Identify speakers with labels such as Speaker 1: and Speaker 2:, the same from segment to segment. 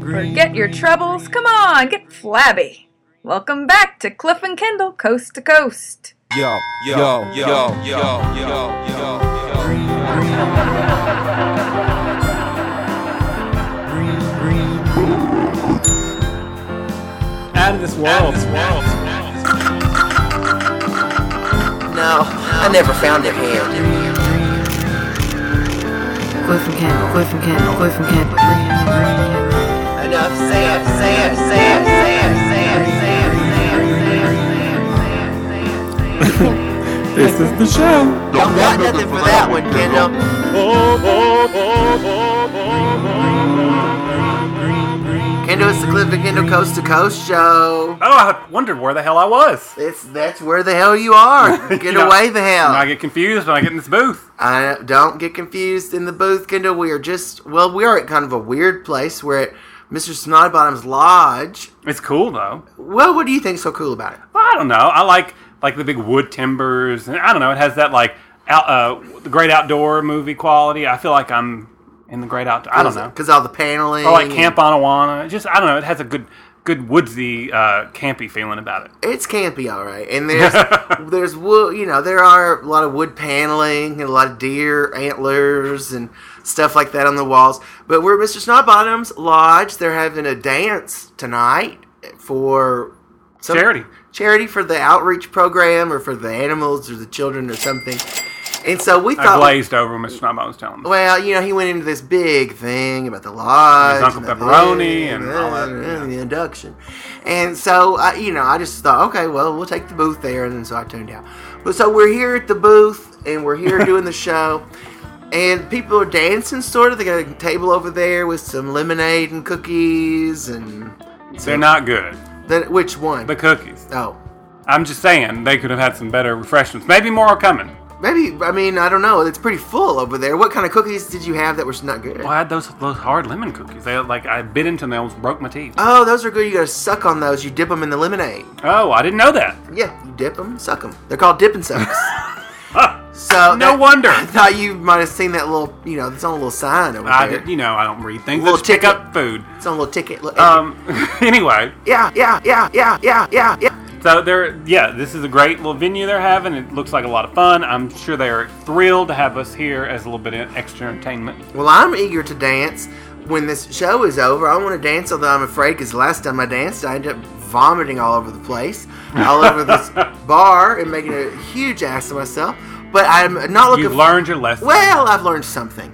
Speaker 1: Forget your troubles. Come on, get flabby. Welcome back to Cliff and Kendall Coast to Coast.
Speaker 2: Yo, yo, yo, yo, yo, yo, yo.
Speaker 3: Out of this world.
Speaker 4: No, I never found it here.
Speaker 5: Cliff and Kendall, Cliff and Kendall, Cliff and Kendall.
Speaker 4: Enough said, said, said, said, said, said, said, said, said, said.
Speaker 3: This is the show.
Speaker 4: Don't got nothing for that one, Kendall. Kendall, it's the Cliff and Kendall Coast to Coast show.
Speaker 3: Oh, I wondered where the hell I was.
Speaker 4: It's, that's where the hell you are. Get
Speaker 3: You know,
Speaker 4: away the hell.
Speaker 3: And I get confused when I get in this booth.
Speaker 4: I don't get confused in the booth, Kendall. We are just well, we are at kind of a weird place. We're at Mr. Snodbottom's lodge.
Speaker 3: It's cool though.
Speaker 4: Well, what do you think's so cool about it?
Speaker 3: Well, I don't know. I like like the big wood timbers, and I don't know. It has that like out, uh, the great outdoor movie quality. I feel like I'm in the great outdoor. I don't know.
Speaker 4: because all the paneling.
Speaker 3: Or like Camp Anawana. Just I don't know. It has a good good woodsy uh, campy feeling about it.
Speaker 4: It's campy, all right. And there's there's wood. You know, there are a lot of wood paneling and a lot of deer antlers and stuff like that on the walls. But we're at Mr. Snodbottom's lodge. They're having a dance tonight for some-
Speaker 3: Charity.
Speaker 4: charity for the outreach program or for the animals or the children or something. And so we
Speaker 3: I
Speaker 4: thought,
Speaker 3: glazed over when Mr. Snowball was telling me.
Speaker 4: well, you know, he went into this big thing about the lodge,
Speaker 3: His Uncle
Speaker 4: and the-
Speaker 3: Pepperoni and all that, yeah.
Speaker 4: the induction. And so, I, you know, I just thought, okay, well, we'll take the booth there, and then so I tuned out. But so we're here at the booth, and we're here doing the show. And people are dancing, sort of. They got a table over there with some lemonade and cookies, and
Speaker 3: They're not good.
Speaker 4: then which one?
Speaker 3: The cookies.
Speaker 4: oh,
Speaker 3: I'm just saying they could have had some better refreshments. Maybe more are coming.
Speaker 4: Maybe I mean I don't know. It's pretty full over there. What kind of cookies did you have that were not good?
Speaker 3: Well, I had those those hard lemon cookies. They like I bit into them, they almost broke my teeth.
Speaker 4: Oh, those are good. You gotta suck on those. You dip them in the lemonade.
Speaker 3: Oh, I didn't know that.
Speaker 4: Yeah, you dip them, suck them. They're called dip and sucks. so
Speaker 3: No
Speaker 4: that-
Speaker 3: wonder.
Speaker 4: I thought you might have seen that little. You know, it's on a little sign over
Speaker 3: I
Speaker 4: there.
Speaker 3: did, you know I don't read things.
Speaker 4: Little
Speaker 3: Let's pick
Speaker 4: ticket.
Speaker 3: up food.
Speaker 4: It's on a little ticket. Look,
Speaker 3: Um. anyway,
Speaker 4: yeah, yeah, yeah, yeah, yeah, yeah, yeah.
Speaker 3: so they're yeah, this is a great little venue they're having. It looks like a lot of fun. I'm sure they are thrilled to have us here as a little bit of extra entertainment.
Speaker 4: Well, I'm eager to dance. When this show is over, I want to dance, although I'm afraid because last time I danced, I ended up vomiting all over the place, all over this bar, and making a huge ass of myself. But I'm not looking.
Speaker 3: You've learned your lesson.
Speaker 4: Well, I've learned something.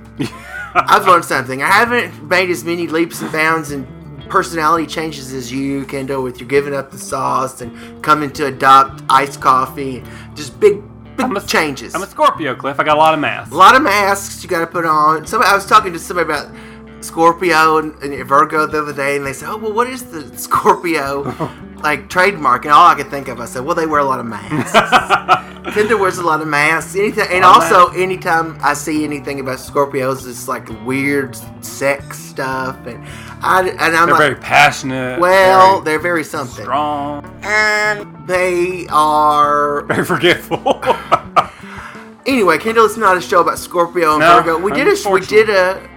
Speaker 4: I've learned something. I haven't made as many leaps and bounds and personality changes as you, Kendall, with your giving up the sauce and coming to adopt iced coffee. Just big, big
Speaker 3: I'm a-
Speaker 4: changes.
Speaker 3: I'm a Scorpio, Cliff. I got a lot of mass.
Speaker 4: A lot of masks you got to put on. Somebody, I was talking to somebody about Scorpio and, and Virgo the other day, and they said, "Oh, well, what is the Scorpio like trademark?" And all I could think of, I said, "Well, they wear a lot of masks. Tinder wears a lot of masks. Anything, and
Speaker 3: A lot of
Speaker 4: also anytime I see anything about Scorpios, it's like weird sex stuff, and I and
Speaker 3: They're
Speaker 4: I'm like,
Speaker 3: very passionate.
Speaker 4: well,
Speaker 3: very
Speaker 4: they're very something.
Speaker 3: strong,
Speaker 4: They are
Speaker 3: very forgetful.
Speaker 4: Anyway, Kendall, it's not a show about Scorpio and
Speaker 3: No,
Speaker 4: Virgo. We did a we
Speaker 3: unfortunately.
Speaker 4: did a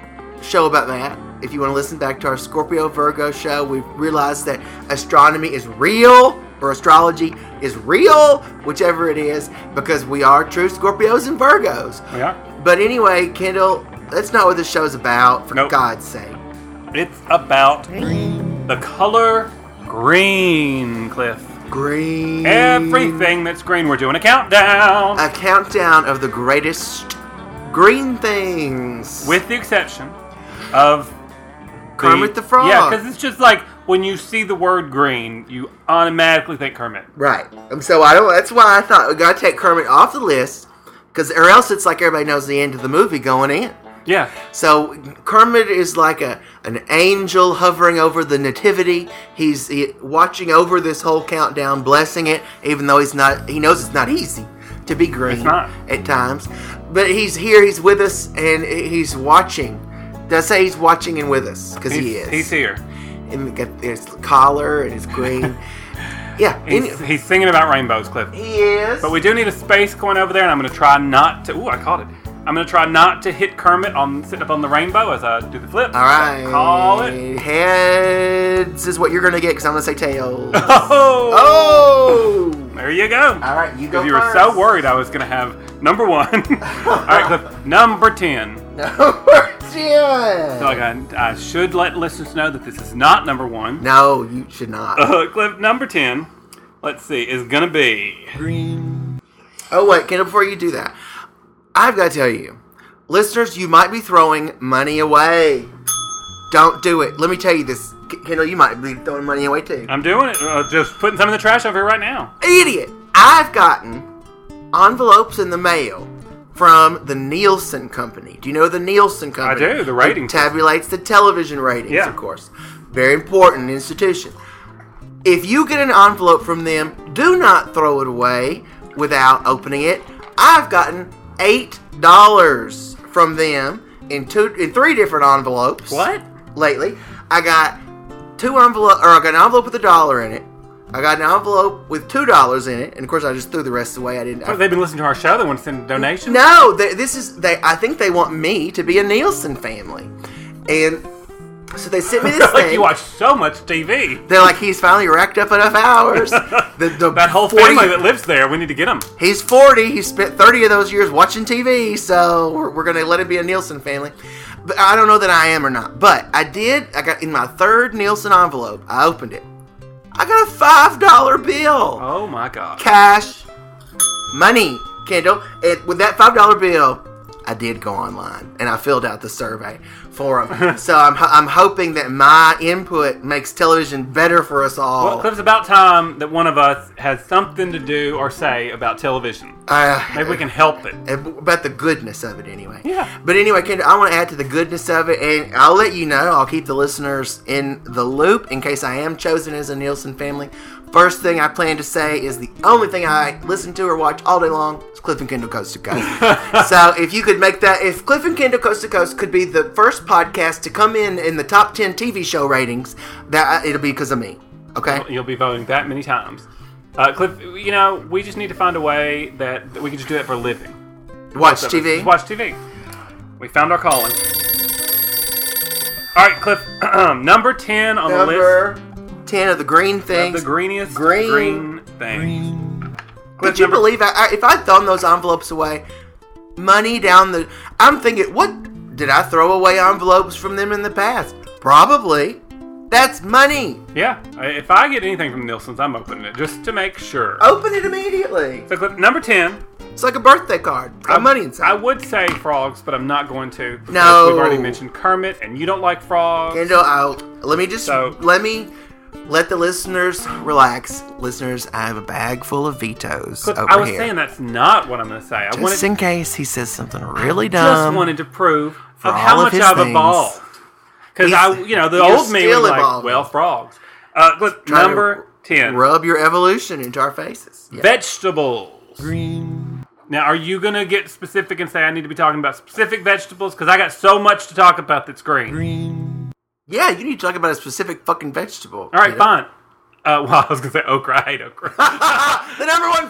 Speaker 4: show about that. If you want to listen back to our Scorpio Virgo show, we realized that astronomy is real or astrology is real, whichever it is, because we are true Scorpios and Virgos.
Speaker 3: we are.
Speaker 4: But anyway, Kendall, that's not what this show's about. For
Speaker 3: Nope.
Speaker 4: God's sake,
Speaker 3: It's about the color green, Cliff.
Speaker 4: green.
Speaker 3: Everything that's green, we're doing a countdown.
Speaker 4: A countdown of the greatest green things.
Speaker 3: With the exception of
Speaker 4: Kermit the Frog.
Speaker 3: Yeah, because it's just like when you see the word green, you automatically think Kermit.
Speaker 4: Right. Um, so I don't. That's why I thought we gotta take Kermit off the list, because or else it's like everybody knows the end of the movie going in.
Speaker 3: Yeah.
Speaker 4: So Kermit is like a an angel hovering over the nativity. He's he, watching over this whole countdown, blessing it, even though he's not. He knows it's not easy to be green
Speaker 3: It's not.
Speaker 4: at times, but he's here. He's with us, and he's watching. Did I say he's watching and with us? Because he
Speaker 3: He's-
Speaker 4: is.
Speaker 3: He's here.
Speaker 4: And he's got his collar and his green. yeah.
Speaker 3: He's,
Speaker 4: any-
Speaker 3: he's singing about rainbows, Cliff.
Speaker 4: he is.
Speaker 3: But we do need a space coin over there, and I'm going to try not to. Ooh, I caught it. I'm going to try not to hit Kermit on sitting up on the rainbow as I do the flip.
Speaker 4: All right.
Speaker 3: Call it.
Speaker 4: Head This is what you're gonna get because I'm gonna say tails.
Speaker 3: Oh,
Speaker 4: oh.
Speaker 3: there you go.
Speaker 4: All right, you go.
Speaker 3: Because you were so
Speaker 4: first.
Speaker 3: worried I was going to have number one. All right, Cliff. Number 10.
Speaker 4: Number ten.
Speaker 3: So like I, I should let listeners know that this is not number one.
Speaker 4: No, you should not.
Speaker 3: Uh, Cliff, number 10, let's see, is going to be.
Speaker 4: Oh wait, Kendall, before you do that, I've got to tell you, listeners, you might be throwing money away. Don't do it. Let me tell you this, K- Kendall. You might be throwing money away too.
Speaker 3: I'm doing it. Uh, just putting some in the trash over here right now.
Speaker 4: Idiot! I've gotten envelopes in the mail from the Nielsen Company. Do you know the Nielsen Company?
Speaker 3: do, the rating
Speaker 4: It tabulates the television ratings,
Speaker 3: Yeah.
Speaker 4: of course. Very important institution. If you get an envelope from them, do not throw it away without opening it. I've gotten eight dollars from them in two in three different envelopes lately. I got two envelope, or I got an envelope with a dollar in it. I got an envelope with two dollars in it, and of course I just threw the rest away. I didn't. I-
Speaker 3: Oh, they've been listening to our show. They want to send a donation.
Speaker 4: no, they, this is they. I think they want me to be a Nielsen family, and so they sent me this
Speaker 3: like
Speaker 4: thing.
Speaker 3: you watch so much TV.
Speaker 4: They're like, he's finally racked up enough hours. The, the
Speaker 3: That whole
Speaker 4: 40
Speaker 3: family that lives there, we need to get them.
Speaker 4: He's 40. He spent 30 of those years watching TV, so we're, we're going to let him be a Nielsen family. But I don't know that I am or not. But I did. I got in my third Nielsen envelope. I opened it. I got a five dollar bill,
Speaker 3: Oh my god.
Speaker 4: cash, money, Kendall. And with that five dollar bill, I did go online and I filled out the survey for him. so I'm ho- I'm hoping that my input makes television better for us all.
Speaker 3: Well, Cliff, it's about time that one of us has something to do or say about television.
Speaker 4: Uh,
Speaker 3: Maybe we can help it.
Speaker 4: about the goodness of it anyway.
Speaker 3: Yeah.
Speaker 4: But anyway, Kendra, I want to add to the goodness of it, and I'll let you know. I'll keep the listeners in the loop in case I am chosen as a Nielsen family. First thing I plan to say is the only thing I listen to or watch all day long is Cliff and Kendall Coast to Coast. so if you could make that, if Cliff and Kendall Coast to Coast could be the first podcast to come in in the top ten TV show ratings, that uh, it'll be because of me. Okay.
Speaker 3: You'll be voting that many times. Uh, Cliff, you know, we just need to find a way that, that we can just do that for a living.
Speaker 4: Watch
Speaker 3: Just
Speaker 4: TV.
Speaker 3: Watch TV. We found our calling. All right, Cliff. number ten on
Speaker 4: Number ten of the green
Speaker 3: the list.
Speaker 4: things.
Speaker 3: Of the greeniest
Speaker 4: Green.
Speaker 3: green thing. Cliff,
Speaker 4: Could you
Speaker 3: number-
Speaker 4: believe I, I, if I'd thrown those envelopes away, money down the. I'm thinking, what did I throw away envelopes from them in the past? Probably. That's money.
Speaker 3: Yeah. I- If I get anything from Nielsen's, I'm opening it just to make sure.
Speaker 4: Open it immediately.
Speaker 3: So, Cliff, number ten.
Speaker 4: It's like a birthday card. It's got
Speaker 3: I-
Speaker 4: money
Speaker 3: I
Speaker 4: inside.
Speaker 3: would say frogs, but I'm not going to. because
Speaker 4: No.
Speaker 3: We've already mentioned Kermit, and you don't like frogs.
Speaker 4: Kendall, I'll, let me just
Speaker 3: So-
Speaker 4: let me let the listeners relax. Listeners, I have a bag full of vetoes
Speaker 3: Cliff,
Speaker 4: over
Speaker 3: I was
Speaker 4: here.
Speaker 3: saying that's not what I'm going to say. I wanted
Speaker 4: just in case he says something really
Speaker 3: just
Speaker 4: dumb.
Speaker 3: wanted to prove
Speaker 4: for
Speaker 3: of
Speaker 4: all
Speaker 3: how
Speaker 4: of
Speaker 3: much
Speaker 4: his
Speaker 3: I've
Speaker 4: things.
Speaker 3: evolved. Because
Speaker 4: He's-
Speaker 3: I, you know, the
Speaker 4: you're
Speaker 3: old me
Speaker 4: still
Speaker 3: was like,
Speaker 4: evolving.
Speaker 3: well, frogs. Uh, look,
Speaker 4: Trying to
Speaker 3: number ten,
Speaker 4: rub your evolution into our faces. Yeah.
Speaker 3: vegetables. Green. Now, are you gonna get specific and say I need to be talking about specific vegetables? Because I got so much to talk about that's green.
Speaker 4: Yeah, you need to talk about a specific fucking vegetable.
Speaker 3: All right,
Speaker 4: Kendall.
Speaker 3: fine. Uh, well, I was gonna say okra. I hate okra.
Speaker 4: the number one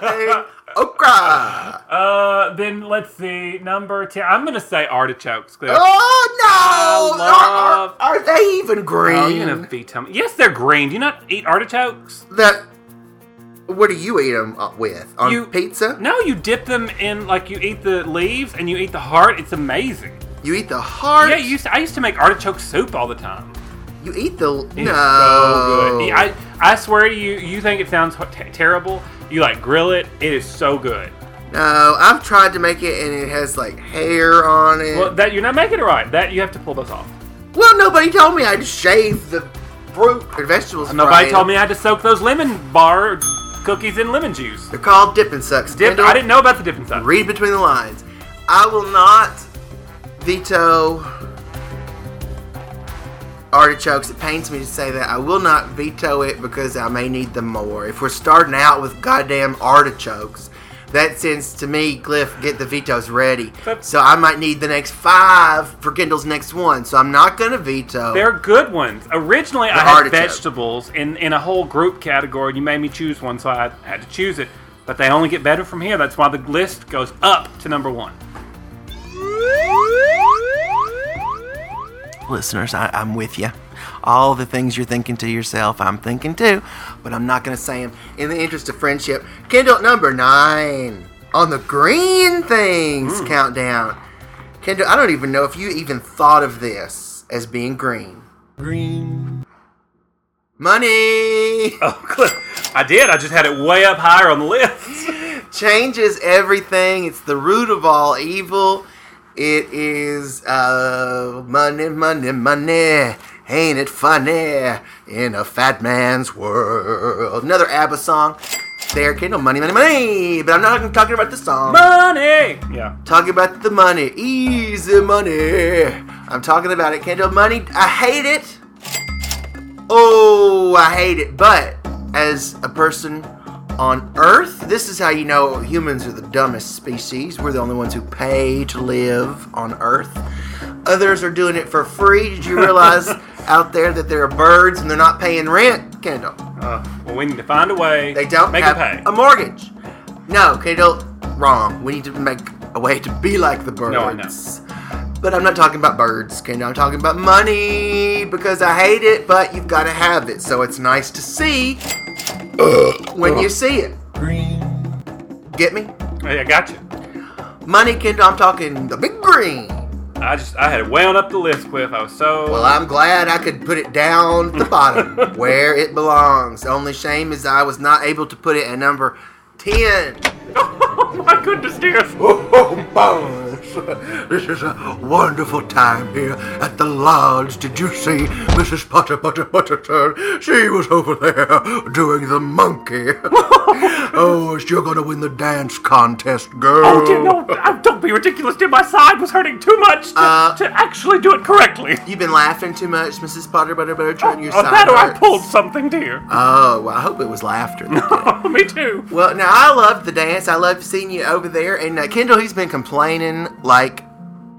Speaker 4: dude. Okra.
Speaker 3: uh, then let's see, number ten. I'm gonna say artichokes. Cliff.
Speaker 4: Oh no! Are,
Speaker 3: love-
Speaker 4: are- are they even green?
Speaker 3: Oh, you're gonna veto me. Yes, they're green. Do you not eat artichokes?
Speaker 4: That. What do you eat them with? On
Speaker 3: You-
Speaker 4: pizza?
Speaker 3: No, you dip them in like you eat the leaves and you eat the heart. It's amazing.
Speaker 4: You eat the heart.
Speaker 3: Yeah, you used to, I used to make artichoke soup all the time.
Speaker 4: You eat the
Speaker 3: It's
Speaker 4: no.
Speaker 3: so good. I I swear to you, you think it sounds ho- t- terrible. You like grill it. It is so good.
Speaker 4: no, I've tried to make it and it has like hair on it.
Speaker 3: Well,
Speaker 4: Well,
Speaker 3: that you're not making it right. That you have to pull those off.
Speaker 4: nobody told me I'd shave the fruit and vegetables.
Speaker 3: Nobody
Speaker 4: fried.
Speaker 3: told me I had to soak those lemon bar cookies in lemon juice.
Speaker 4: They're called dipping sucks.
Speaker 3: Dip,
Speaker 4: Kendall.
Speaker 3: I didn't know about the dipping sauce.
Speaker 4: read between the lines. I will not veto artichokes. It pains me to say that. I will not veto it because I may need them more. If we're starting out with goddamn artichokes, that sends to me, Cliff, get the vetoes ready.
Speaker 3: But-
Speaker 4: So I might need the next five for Kendall's next one. So I'm not going to veto.
Speaker 3: They're good ones. Originally, I
Speaker 4: The
Speaker 3: had
Speaker 4: artichoke.
Speaker 3: vegetables in, in a whole group category, and you made me choose one, so I had to choose it. But they only get better from here. That's why the list goes up to number one.
Speaker 4: Listeners, I, I'm with you. All the things you're thinking to yourself, I'm thinking too, but I'm not going to say them. In the interest of friendship, Kindle at number nine on the green things countdown. Kendall, I don't even know if you even thought of this as being green.
Speaker 2: Green.
Speaker 4: Money
Speaker 3: Oh, Cliff, I did. I just had it way up higher on the list.
Speaker 4: changes everything. It's the root of all evil. It is uh, money, money, money. Ain't it funny in a fat man's world? Another ABBA song. There, Kendall, money, money, money. But I'm not talking about the song.
Speaker 3: Money. Yeah.
Speaker 4: Talking about the money, easy money. I'm talking about it, Kendall. Money, I hate it. Oh, I hate it. But as a person on Earth, this is how you know humans are the dumbest species. We're the only ones who pay to live on Earth. Others are doing it for free. Did you realize out there that there are birds and they're not paying rent, Kendall?
Speaker 3: Uh, well, we need to find a way.
Speaker 4: They don't
Speaker 3: make
Speaker 4: have
Speaker 3: them pay.
Speaker 4: a mortgage. No, Kendall, wrong. We need to make a way to be like the birds.
Speaker 3: No, I know.
Speaker 4: But I'm not talking about birds, Kendall. I'm talking about money because I hate it, but you've got to have it. So it's nice to see uh, when you see it.
Speaker 2: Green.
Speaker 4: Get me?
Speaker 3: Hey, I got you.
Speaker 4: Money, Kendall, I'm talking the big green.
Speaker 3: I just I had it way on up the list, Cliff. I was so
Speaker 4: Well, I'm glad I could put it down the bottom where it belongs. The only shame is I was not able to put it at number 10.
Speaker 3: Oh my goodness, dearest.
Speaker 4: Oh, bones! This is a wonderful time here at the lodge. Did you see Mrs. Potter Potter Potterton? She was over there doing the monkey. oh, you're gonna win the dance contest, girl.
Speaker 3: Oh, dear, no, I- don't be ridiculous, dear. My side was hurting too much to,
Speaker 4: Uh,
Speaker 3: to actually do it correctly.
Speaker 4: You've been laughing too much, Mrs. Potter Potter Potterton. Your
Speaker 3: Or
Speaker 4: side
Speaker 3: that or Oh, I
Speaker 4: hurts.
Speaker 3: pulled something, dear. Oh,
Speaker 4: Oh, well, I hope it was laughter. that did it.
Speaker 3: Me too.
Speaker 4: Well, now I loved the dance. I loved seeing you over there. And uh, Kendall, he's been complaining like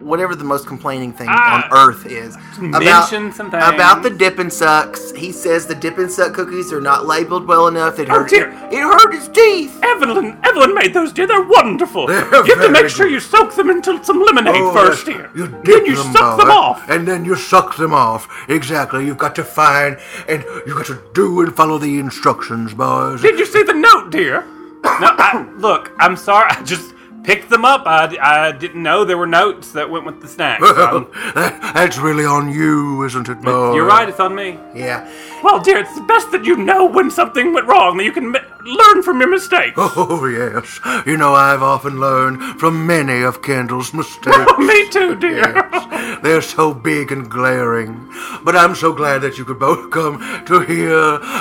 Speaker 4: whatever the most complaining thing
Speaker 3: Ah.
Speaker 4: on earth is
Speaker 3: Mention some things.
Speaker 4: about the dippin' sucks. He says the dippin' suck cookies are not labeled well enough. It
Speaker 3: Oh,
Speaker 4: hurt.
Speaker 3: dear.
Speaker 4: It, hurt his teeth.
Speaker 3: Evelyn, Evelyn made those, dear. They're wonderful.
Speaker 4: They're
Speaker 3: you have to
Speaker 4: very
Speaker 3: make sure
Speaker 4: good. Oh,
Speaker 3: you soak them into some lemonade first,
Speaker 4: yes.
Speaker 3: dear.
Speaker 4: You
Speaker 3: then
Speaker 4: dip
Speaker 3: you
Speaker 4: them,
Speaker 3: suck
Speaker 4: boy,
Speaker 3: them off.
Speaker 4: and then you suck them off. Exactly. You've got to find and you got to do and follow the instructions, boys.
Speaker 3: Did you see the note, dear? No, I, look, I'm sorry. I just picked them up. I, I didn't know there were notes that went with the snacks. Um,
Speaker 4: That- that's really on you, isn't it, boy?
Speaker 3: you're right. It's on me.
Speaker 4: Yeah.
Speaker 3: Well, dear, it's the best that you know when something went wrong, that you can m- learn from your mistakes.
Speaker 4: Oh, yes. You know, I've often learned from many of Kendall's mistakes.
Speaker 3: Me too, dear.
Speaker 4: Yes, They're so big and glaring. But I'm so glad that you could both come to hear,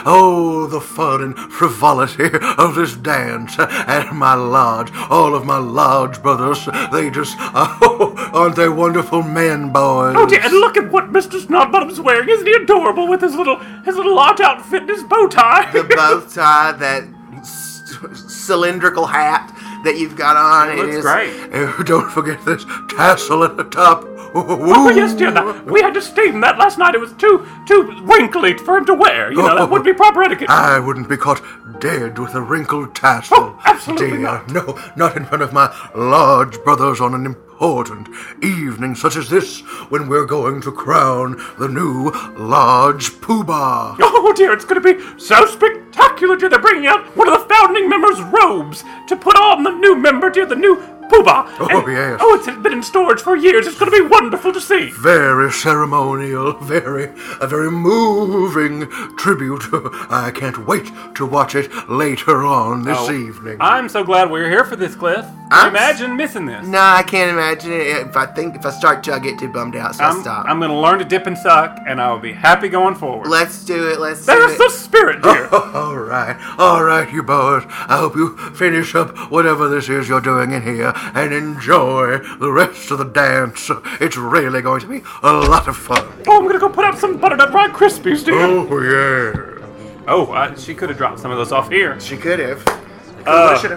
Speaker 4: oh, the fun and frivolity of this dance at my lodge. All of my lodge brothers, they just, oh, aren't they wonderful men, boys?
Speaker 3: Oh dear, and look at what Mr. Snodbottom's wearing. Isn't he adorable with his little his little art outfit and his bow tie?
Speaker 4: the bow tie, that c- cylindrical hat that you've got on.
Speaker 3: It looks
Speaker 4: is-
Speaker 3: great.
Speaker 4: Oh, don't forget this tassel at the top.
Speaker 3: Oh yes, dear. That, we had to steam that last night. It was too too wrinkly for him to wear. You know that
Speaker 4: Oh.
Speaker 3: would be proper etiquette.
Speaker 4: I wouldn't be caught dead with a wrinkled tassel.
Speaker 3: Oh, absolutely
Speaker 4: dear.
Speaker 3: not.
Speaker 4: No, not in front of my large brothers on an important evening such as this when we're going to crown the new large poobah.
Speaker 3: Oh dear, it's going to be so spectacular, dear. They're bringing out one of the founding members' robes to put on the new member, dear, the new poobah.
Speaker 4: Oh, yes.
Speaker 3: Oh, it's been in storage for years. It's going to be wonderful to see.
Speaker 4: very ceremonial, very a very moving tribute. I can't wait to watch it later on this
Speaker 3: Oh,
Speaker 4: evening.
Speaker 3: I'm so glad we're here for this, Cliff.
Speaker 4: I'm-
Speaker 3: Imagine missing this.
Speaker 4: no, I can't imagine it. If I think if I start to, I get too bummed out, so I
Speaker 3: I'm,
Speaker 4: stop.
Speaker 3: I'm going to learn to dip and suck, and I'll be happy going forward.
Speaker 4: Let's do it. Let's do
Speaker 3: There's
Speaker 4: it. Oh.
Speaker 3: the spirit, dear.
Speaker 4: all right, all right, you boys. I hope you finish up whatever this is you're doing in here and enjoy the rest of the dance. It's really going to be a lot of fun.
Speaker 3: Oh, I'm gonna go put out some butternut Rye Krispies, dear.
Speaker 4: Oh yeah,
Speaker 3: Oh, I, she could have dropped some of those off here. Uh,
Speaker 4: she could have.
Speaker 3: Could have, would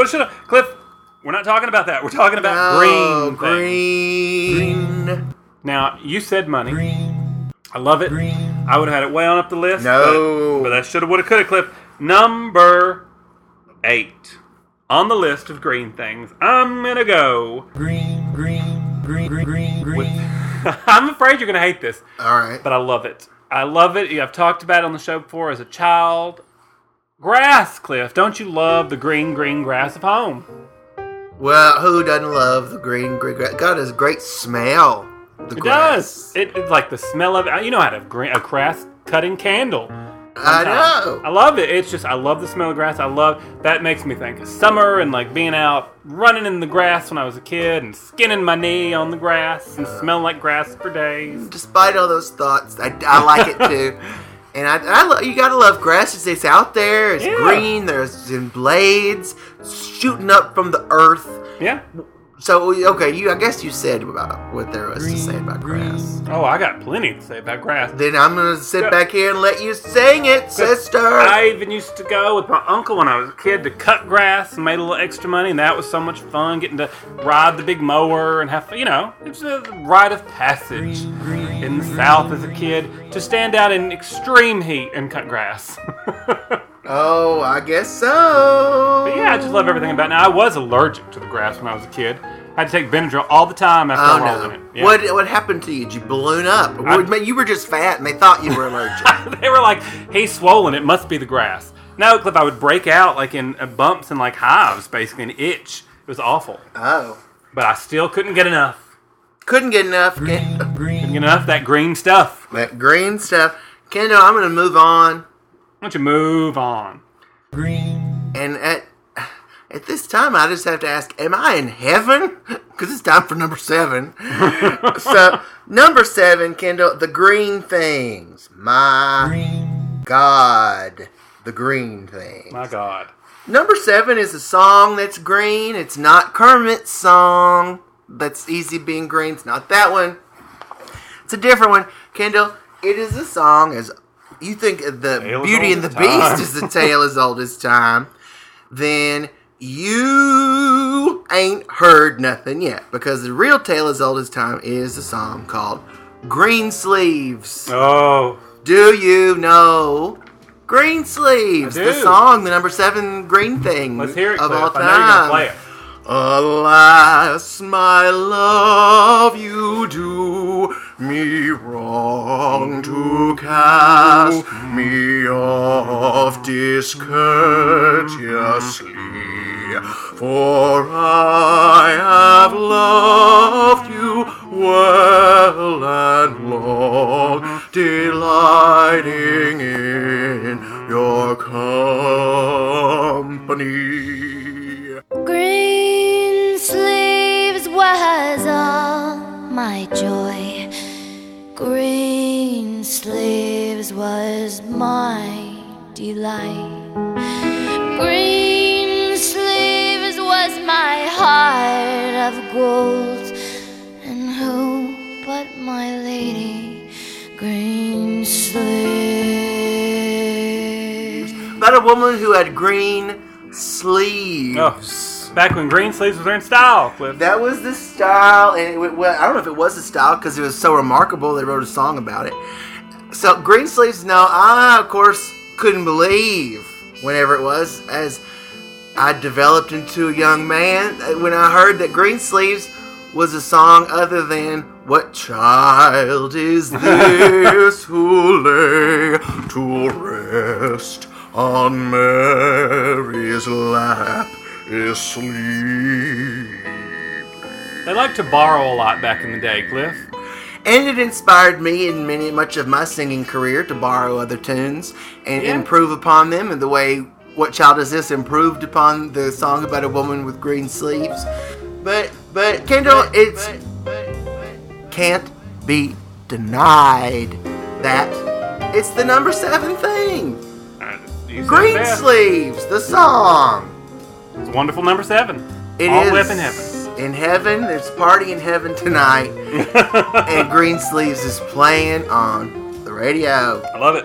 Speaker 3: have, should have. Cliff, we're not talking about that. We're talking about
Speaker 4: Oh,
Speaker 3: green. things.
Speaker 4: green.
Speaker 3: Now, you said money.
Speaker 2: Green.
Speaker 3: I love it.
Speaker 2: Green.
Speaker 3: I would have had it way on up the list.
Speaker 4: No.
Speaker 3: But, but that should have, would have, could have, Cliff. Number eight on the list of green things. I'm gonna go
Speaker 2: Green. Green. Green. Green. Green. Green.
Speaker 3: I'm afraid you're going to hate this,
Speaker 4: All right.
Speaker 3: but I love it. I love it. I've talked about it on the show before as a child. Grass, Cliff. Don't you love the green, green grass of home?
Speaker 4: Well, who doesn't love the green green grass? God, has a great smell. The
Speaker 3: It does. It, it's like the smell of it. You know how to have green, a grass cutting candle.
Speaker 4: I
Speaker 3: I
Speaker 4: know.
Speaker 3: love it. It's just I love the smell of grass. I love that makes me think of summer and like being out running in the grass when I was a kid and skinning my knee on the grass and smelling like grass for days.
Speaker 4: Despite all those thoughts, I, I like it too. And I, I lo- you gotta love grass. It's, it's out there. It's
Speaker 3: Yeah.
Speaker 4: green. There's in blades shooting up from the earth.
Speaker 3: Yeah.
Speaker 4: So okay, you. I guess you said about what there was to say about grass.
Speaker 3: Oh, I got plenty to say about grass.
Speaker 4: Then I'm gonna sit
Speaker 3: Yeah.
Speaker 4: back here and let you sing it, sister.
Speaker 3: I even used to go with my uncle when I was a kid to cut grass and made a little extra money, and that was so much fun getting to ride the big mower and have, you know, it's a rite of passage in the South as a kid to stand out in extreme heat and cut grass.
Speaker 4: oh, I guess so.
Speaker 3: But yeah, I just love everything about it. Now, I was allergic to the grass when I was a kid. I had to take Benadryl all the time after
Speaker 4: Oh
Speaker 3: I rolled
Speaker 4: no!
Speaker 3: in it. Yeah.
Speaker 4: What what happened to you? Did you balloon up?
Speaker 3: I-
Speaker 4: Well, man, you were just fat, and they thought you were allergic.
Speaker 3: they were like, he's swollen. It must be the grass. No, Cliff, I would break out like in uh, bumps and like hives, basically, and itch. It was awful.
Speaker 4: oh,
Speaker 3: But I still couldn't get enough.
Speaker 4: couldn't get enough of Ken-
Speaker 3: Couldn't get enough of that green stuff. Why
Speaker 4: that green stuff. Kendall, I'm gonna move on,
Speaker 3: don't you move on?
Speaker 4: and at at this time, I just have to ask: Am I in heaven? Because it's time for number seven. so number seven, Kendall, the green things. My God, the green thing.
Speaker 3: My God.
Speaker 4: Number seven is a song that's green. It's not Kermit's song. That's easy being green. It's not that one. It's a different one. Kendall, it is a song as you think the
Speaker 3: Tale as
Speaker 4: Beauty
Speaker 3: old
Speaker 4: and the
Speaker 3: as time.
Speaker 4: Beast is the tale as old as time. Then you ain't heard nothing yet because the real tale as old as time is a song called Green Sleeves.
Speaker 3: Oh.
Speaker 4: Do you know Green Sleeves?
Speaker 3: I
Speaker 4: The
Speaker 3: do.
Speaker 4: song, the number seven green thing
Speaker 3: Let's hear it,
Speaker 4: of
Speaker 3: Cliff.
Speaker 4: all
Speaker 3: I know you're gonna
Speaker 4: time.
Speaker 3: play it.
Speaker 4: Alas, my love, you do me wrong to cast me off discourteously, for I have loved you well and long, delighting in your company.
Speaker 6: Green sleeves was all my joy. Green sleeves was my delight. Green sleeves was my heart of gold. And who but my lady? Green sleeves.
Speaker 4: About a woman who had green sleeves.
Speaker 3: Oh. Back when green sleeves was in style, Cliff.
Speaker 4: That was the style, and it, wa- well, I don't know if it was the style because it was so remarkable. They wrote a song about it. So green sleeves. No, I of course couldn't believe whenever it was as I developed into a young man uh, when I heard that green sleeves was a song other than what child is this who lay to rest on Mary's lap is sleep.
Speaker 3: They liked to borrow a lot back in the day, Cliff.
Speaker 4: And it inspired me in many much of my singing career to borrow other tunes and
Speaker 3: Yeah.
Speaker 4: improve upon them. And the way "What Child Is This" improved upon the song about a woman with green sleeves. But but Kendall, it's can't be denied that it's the number seven thing.
Speaker 3: Uh, you said it
Speaker 4: Green
Speaker 3: best.
Speaker 4: sleeves, the song.
Speaker 3: It's wonderful number seven.
Speaker 4: It is
Speaker 3: All up in heaven.
Speaker 4: In heaven, there's a party in heaven tonight, and Green Sleeves is playing on the radio.
Speaker 3: I love it.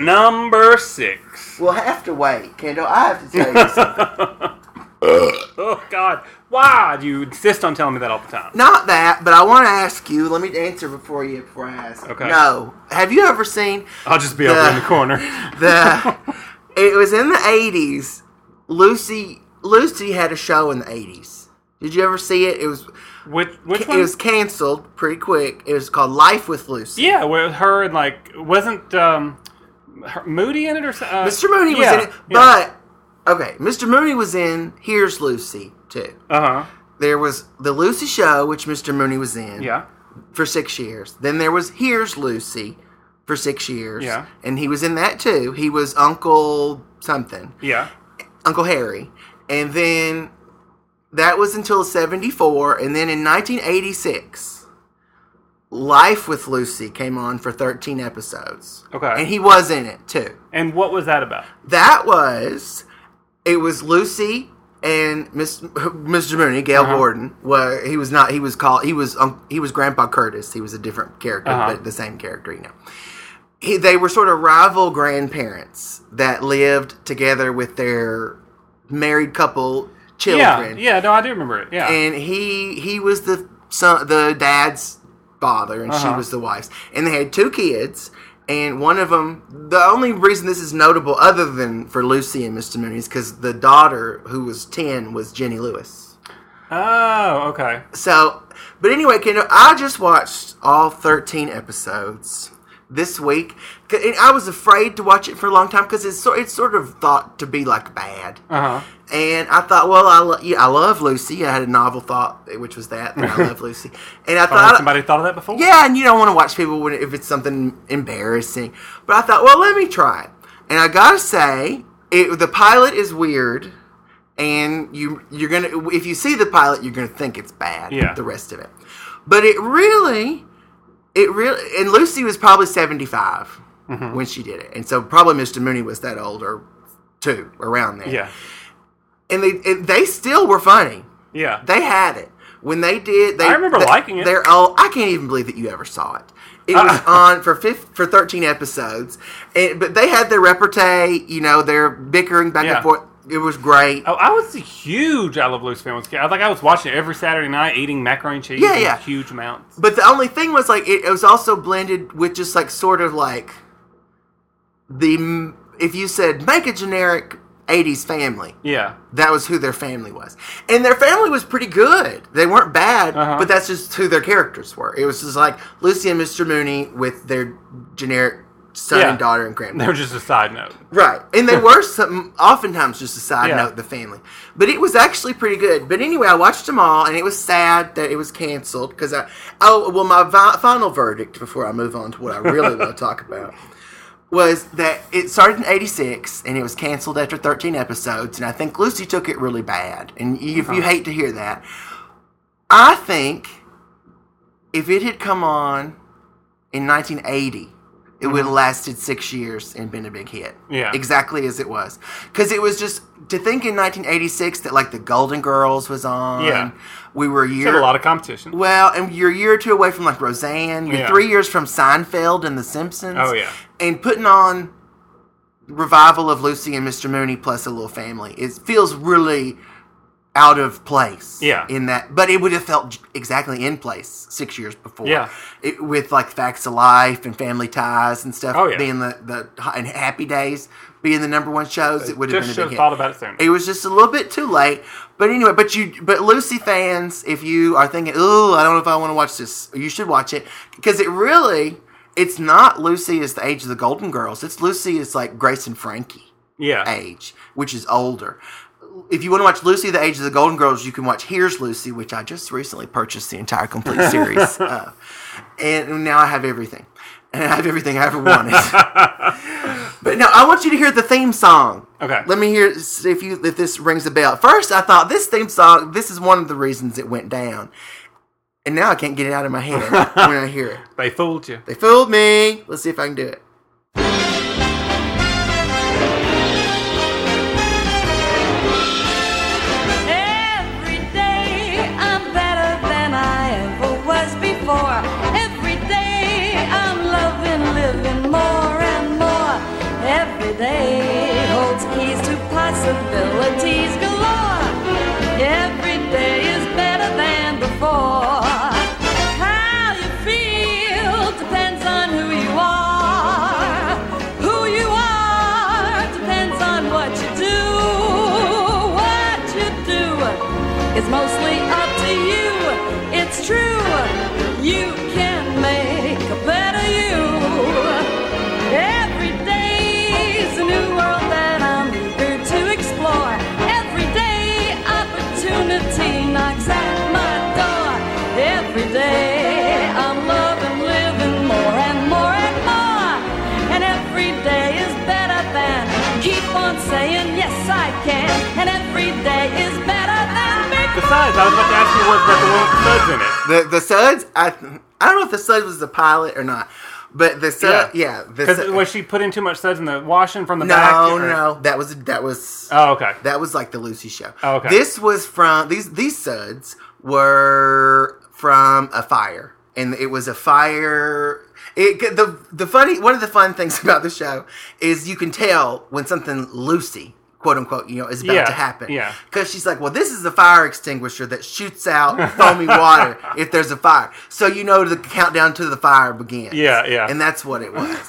Speaker 3: Number six.
Speaker 4: We'll have to wait, Kendall. I have to tell you something.
Speaker 3: Oh God! Why do you insist on telling me that all the time?
Speaker 4: Not that, but I want to ask you. Let me answer before you before I ask.
Speaker 3: Okay.
Speaker 4: No. Have you ever seen
Speaker 3: I'll just be over in the corner.
Speaker 4: the? it was in the eighties. Lucy Lucy had a show in the eighties. Did you ever see it? It was
Speaker 3: Which which
Speaker 4: It
Speaker 3: one?
Speaker 4: was canceled pretty quick. It was called Life with Lucy.
Speaker 3: Yeah, where her and like wasn't um, her, Moody in it or uh, something?
Speaker 4: Mr. Mooney was in it, but okay, Mr. Mooney was in Here's Lucy too.
Speaker 3: uh huh.
Speaker 4: There was the Lucy Show, which Mr. Mooney was in,
Speaker 3: Yeah.
Speaker 4: for six years. Then there was Here's Lucy for six years,
Speaker 3: Yeah.
Speaker 4: and he was in that too. He was Uncle something,
Speaker 3: Yeah.
Speaker 4: Uncle Harry, and then that was until '74, and then in 1986, Life with Lucy came on for 13 episodes,
Speaker 3: Okay.
Speaker 4: and he was in it too.
Speaker 3: And what was that about?
Speaker 4: That was it was Lucy and Miss Mr. Mooney, Gail
Speaker 3: Uh-huh.
Speaker 4: Gordon. Well, he was not. He was called. He was um, he was Grandpa Curtis. He was a different character,
Speaker 3: Uh-huh.
Speaker 4: but the same character. You know, he, they were sort of rival grandparents that lived together with their married couple children.
Speaker 3: Yeah. Yeah. No, I do remember it. Yeah.
Speaker 4: And he he was the son, the dad's father, and she
Speaker 3: Uh-huh.
Speaker 4: was the wife's. And they had two kids. And one of them, the only reason this is notable, other than for Lucy and Mr. Mooney, is because the daughter who was ten was Jenny Lewis.
Speaker 3: oh, okay.
Speaker 4: So, but anyway, Kendall, I just watched all thirteen episodes this week. 'Cause- And I was afraid to watch it for a long time because it's sort it's sort of thought to be like bad.
Speaker 3: Uh huh.
Speaker 4: And I thought, well, I, lo- yeah, I love Lucy. I had a novel thought, which was that, that I love Lucy. And I
Speaker 3: Finally,
Speaker 4: thought,
Speaker 3: Oh, somebody thought of that before.
Speaker 4: yeah, and you don't want to watch people when, if it's something embarrassing. But I thought, well, let me try it. And I gotta say, it, the pilot is weird, and you you're gonna if you see the pilot, you're gonna think it's bad.
Speaker 3: Yeah.
Speaker 4: The rest of it, but it really, it really, and Lucy was probably seventy
Speaker 3: Mm-hmm.
Speaker 4: when she did it, and so probably Mr. Mooney was that old or two around there.
Speaker 3: Yeah.
Speaker 4: and they and they still were funny.
Speaker 3: Yeah.
Speaker 4: They had it when they did. They,
Speaker 3: I remember
Speaker 4: they-
Speaker 3: liking it.
Speaker 4: They're all. I can't even believe that you ever saw it. It was
Speaker 3: Ah.
Speaker 4: on for fifth, for thirteen episodes, and, but they had their repartee. You know, their bickering back
Speaker 3: Yeah.
Speaker 4: and forth. It was great.
Speaker 3: Oh, I was a huge I Love Lucy fan. When I was a kid. I- Like I was watching it every Saturday night, eating macaroni and cheese.
Speaker 4: Yeah,
Speaker 3: in
Speaker 4: yeah.
Speaker 3: Huge amounts.
Speaker 4: But the only thing was like it, it was also blended with just like sort of like the m- if you said make a generic '80s family,
Speaker 3: Yeah.
Speaker 4: that was who their family was and their family was pretty good they weren't bad
Speaker 3: Uh-huh.
Speaker 4: but that's just who their characters were it was just like lucy and mr mooney with their generic son
Speaker 3: Yeah.
Speaker 4: and daughter and
Speaker 3: They were
Speaker 4: grandparents
Speaker 3: just a side note.
Speaker 4: right and they were some oftentimes just a side
Speaker 3: Yeah.
Speaker 4: note the family but it was actually pretty good but anyway i watched them all and it was sad that it was canceled because i oh well my vi- final verdict before i move on to what i really want to talk about was that it started in 86 and it was canceled after 13 episodes and i think lucy took it really bad and you, if you hate to hear that i think if it had come on in 1980 it would have lasted six years and been a big hit
Speaker 3: Mm-hmm. Yeah.
Speaker 4: exactly as it was because it was just to think in 1986 that like the golden girls was on
Speaker 3: Yeah.
Speaker 4: we were a
Speaker 3: She
Speaker 4: year
Speaker 3: had a lot of competition.
Speaker 4: well, and you're a year or two away from like Roseanne. You're
Speaker 3: Yeah.
Speaker 4: three years from Seinfeld and The Simpsons.
Speaker 3: Oh, yeah.
Speaker 4: and putting on revival of Lucy and Mr. Mooney plus a little family. It feels really out of place.
Speaker 3: Yeah.
Speaker 4: in that, but it would have felt j- exactly in place six years before.
Speaker 3: Yeah.
Speaker 4: it, with like Facts of Life and Family Ties and stuff
Speaker 3: Oh, yeah.
Speaker 4: being the the and Happy Days being the number one shows. It would have
Speaker 3: Just
Speaker 4: been
Speaker 3: should have
Speaker 4: a big hit.
Speaker 3: thought about it sooner.
Speaker 4: It was just a little bit too late. But anyway, but you, but Lucy fans, if you are thinking, "Ooh, I don't know if I want to watch this," you should watch it because it really, it's not Lucy is the age of the Golden Girls. It's Lucy is like Grace and Frankie
Speaker 3: Yeah.
Speaker 4: age, which is older. If you want to watch Lucy, the Age of the Golden Girls, you can watch Here's Lucy, which I just recently purchased the entire complete series of. And now I have everything. And I have everything I ever wanted. but now I want you to hear the theme song.
Speaker 3: Okay.
Speaker 4: Let me hear see if you if this rings a bell. First, I thought this theme song, this is one of the reasons it went down. And now I can't get it out of my head when I hear it.
Speaker 3: They fooled you.
Speaker 4: They fooled me. Let's see if I can do it.
Speaker 7: Every day I'm better than I ever was before. Every day I'm loving, living more and more. Every day holds keys to possibilities galore. Every day is better than before. How you feel depends on who you are. Who you are depends on what you do. What you do is mostly up to you. It's on saying, yes, I can. And every day is better than before.
Speaker 3: Besides, I was about to ask you what about the one with the suds in it.
Speaker 4: The the suds, I I don't know if the suds was the pilot or not, but the sud, yeah, the
Speaker 3: Because
Speaker 4: Sud-
Speaker 3: was she putting too much suds in the washing from the back?
Speaker 4: no,
Speaker 3: or-
Speaker 4: no, that was that was
Speaker 3: Oh, okay.
Speaker 4: that was like the Lucy show.
Speaker 3: Oh, okay.
Speaker 4: this was from these these suds were from a fire, and it was a fire. It the the funny one of the fun things about the show is you can tell when something Lucy. "Quote unquote," you know, is about
Speaker 3: Yeah,
Speaker 4: to happen.
Speaker 3: yeah.
Speaker 4: because she's like, "Well, this is a fire extinguisher that shoots out foamy water if there's a fire." So you know the countdown to the fire begins.
Speaker 3: Yeah, yeah.
Speaker 4: And that's what it was.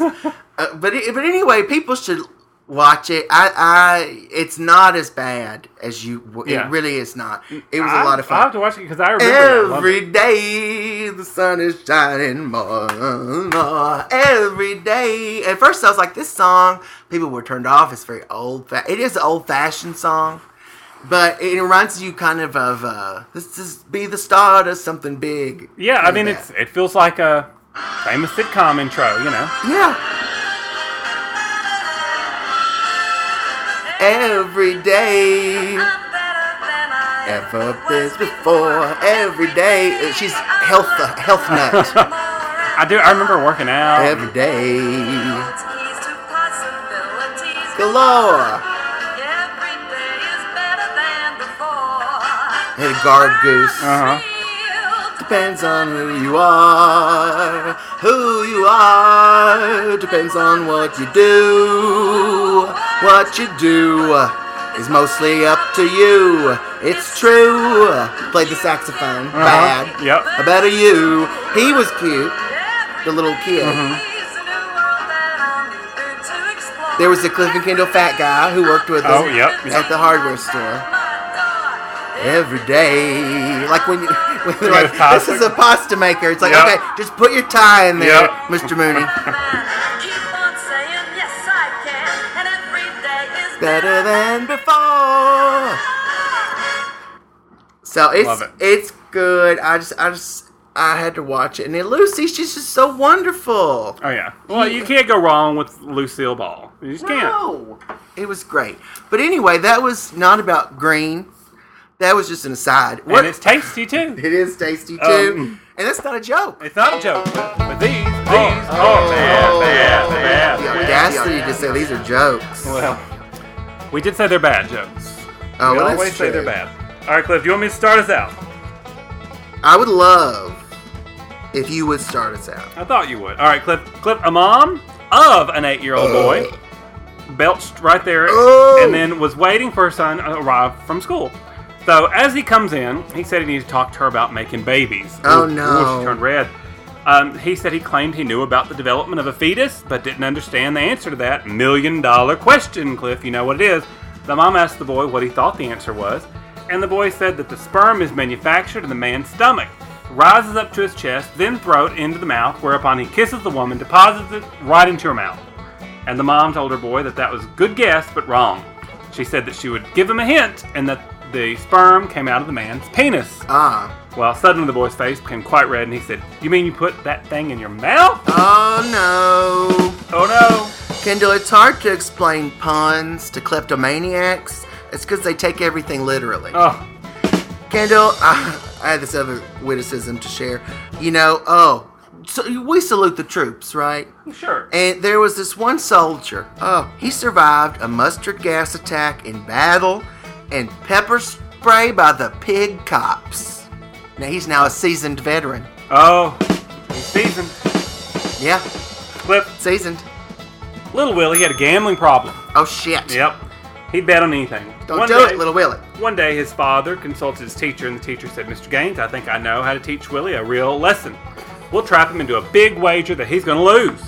Speaker 4: uh, but it, but anyway, people should watch it. I, I it's not as bad as you. It
Speaker 3: Yeah.
Speaker 4: really is not. It was
Speaker 3: I-
Speaker 4: a lot of
Speaker 3: I'll have
Speaker 4: fun.
Speaker 3: to watch it because I remember that. I loved it.
Speaker 4: Every day the sun is shining more and more. Every day. At first, I was like, this song. People were turned off. It's very old. Fa- it is an old fashioned song. But it reminds you kind of of uh, this is be the start of something big.
Speaker 3: Yeah, I
Speaker 4: Like
Speaker 3: mean,
Speaker 4: that.
Speaker 3: it's it feels like a famous sitcom intro, you know?
Speaker 4: Yeah. Every day,
Speaker 7: I'm better than I
Speaker 4: ever is before. Every day, Uh, she's health uh, health nut.
Speaker 3: I do. I remember working out.
Speaker 4: Every day,
Speaker 7: It's keys to possibilities.
Speaker 4: galore.
Speaker 7: Every day is better than before.
Speaker 4: Hey, guard goose.
Speaker 7: Uh-huh.
Speaker 3: Uh huh.
Speaker 4: Depends on who you are. Who you are depends on what you do. What you do is mostly up to you. It's true. Played the saxophone. Bad.
Speaker 3: Yep.
Speaker 4: A better you. He was cute. The little kid.
Speaker 3: Mm-hmm.
Speaker 7: He's a new world that I'm eager to explore.
Speaker 4: There was the Cliff and Kendall fat guy who worked with us
Speaker 3: Oh, yep, yep.
Speaker 4: at the hardware store.
Speaker 7: My door.
Speaker 4: every day. Like when you when they're
Speaker 3: Yeah,
Speaker 4: like,
Speaker 3: pasta.
Speaker 4: this is a pasta maker. It's like,
Speaker 3: Yep.
Speaker 4: okay, just put your tie in there,
Speaker 3: Yep.
Speaker 4: Mr. Mooney.
Speaker 7: Keep on saying yes I can, and every day is
Speaker 4: Better than before. So it's
Speaker 3: Love it.
Speaker 4: it's good. I just I just I had to watch it. And then Lucy, she's just so wonderful.
Speaker 3: Oh yeah. Well, you can't go wrong with Lucille Ball. You just can't.
Speaker 4: No, it was great. But anyway, that was not about green. That was just an aside. What
Speaker 3: And it's tasty too.
Speaker 4: it is tasty too,
Speaker 3: Um,
Speaker 4: and that's not a joke.
Speaker 3: It's not a joke. But these, these, oh, man, man, man,
Speaker 4: The
Speaker 3: man.
Speaker 4: audacity to say these are jokes.
Speaker 3: Well, we did say they're bad jokes.
Speaker 4: Oh,
Speaker 3: we
Speaker 4: well, that's
Speaker 3: always say they're
Speaker 4: true.
Speaker 3: bad. All right, Cliff. You want me to start us out?
Speaker 4: I would love if you would start us out.
Speaker 3: I thought you would. All right, Cliff. Cliff, a mom of an eight-year-old boy belched right there,
Speaker 4: Oh.
Speaker 3: and then was waiting for her son to arrive from school. So as he comes in, he said he needed to talk to her about making babies.
Speaker 4: Oh,
Speaker 3: Ooh,
Speaker 4: no.
Speaker 3: ooh, she turned red. Um, he said he claimed he knew about the development of a fetus, but didn't understand the answer to that million-dollar question. Cliff, you know what it is. The mom asked the boy what he thought the answer was, and the boy said that the sperm is manufactured in the man's stomach, rises up to his chest, then throat into the mouth, whereupon he kisses the woman, deposits it right into her mouth. And the mom told her boy that that was a good guess, but wrong. She said that she would give him a hint and that the sperm came out of the man's penis.
Speaker 4: Ah.
Speaker 3: Well, suddenly the boy's face became quite red and he said, You mean you put that thing in your mouth?
Speaker 4: Oh no.
Speaker 3: Oh no.
Speaker 4: Kendall, it's hard to explain puns to kleptomaniacs. It's because they take everything literally.
Speaker 3: Oh,
Speaker 4: Kendall, I, I had this other witticism to share. You know, oh, so we salute the troops, right?
Speaker 3: sure.
Speaker 4: And there was this one soldier. Oh, he survived a mustard gas attack in battle and pepper spray by the pig cops. Now he's now a seasoned veteran.
Speaker 3: Oh, he's seasoned.
Speaker 4: Yeah,
Speaker 3: Clip.
Speaker 4: seasoned.
Speaker 3: Little Willie had a gambling problem.
Speaker 4: Oh shit.
Speaker 3: Yep. He'd bet on anything.
Speaker 4: Don't
Speaker 3: One
Speaker 4: do
Speaker 3: day-
Speaker 4: it, little Willie.
Speaker 3: One day, his father consulted his teacher, and the teacher said, Mr. Gaines, I think I know how to teach Willie a real lesson. We'll trap him into a big wager that he's going to lose.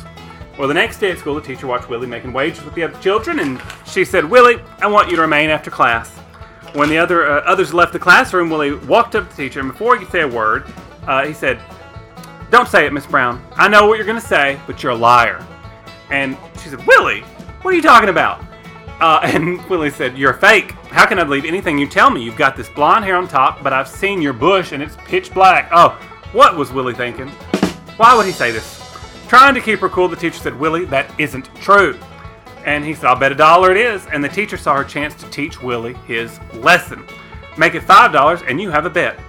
Speaker 3: Well, the next day at school, the teacher watched Willie making wagers with the other children, and she said, Willie, I want you to remain after class. When the other uh, others left the classroom, Willie walked up to the teacher, and before he could say a word, uh, he said, Don't say it, Miss Brown. I know what you're going to say, but you're a liar. And she said, Willie, what are you talking about? Uh, and Willie said, You're fake. How can I believe anything you tell me? You've got this blonde hair on top, but I've seen your bush and it's pitch black. Oh, what was Willie thinking? Why would he say this? Trying to keep her cool, the teacher said, Willie, that isn't true. And he said, I'll bet a dollar it is. And the teacher saw her chance to teach Willie his lesson. Make it $5 and you have a bet.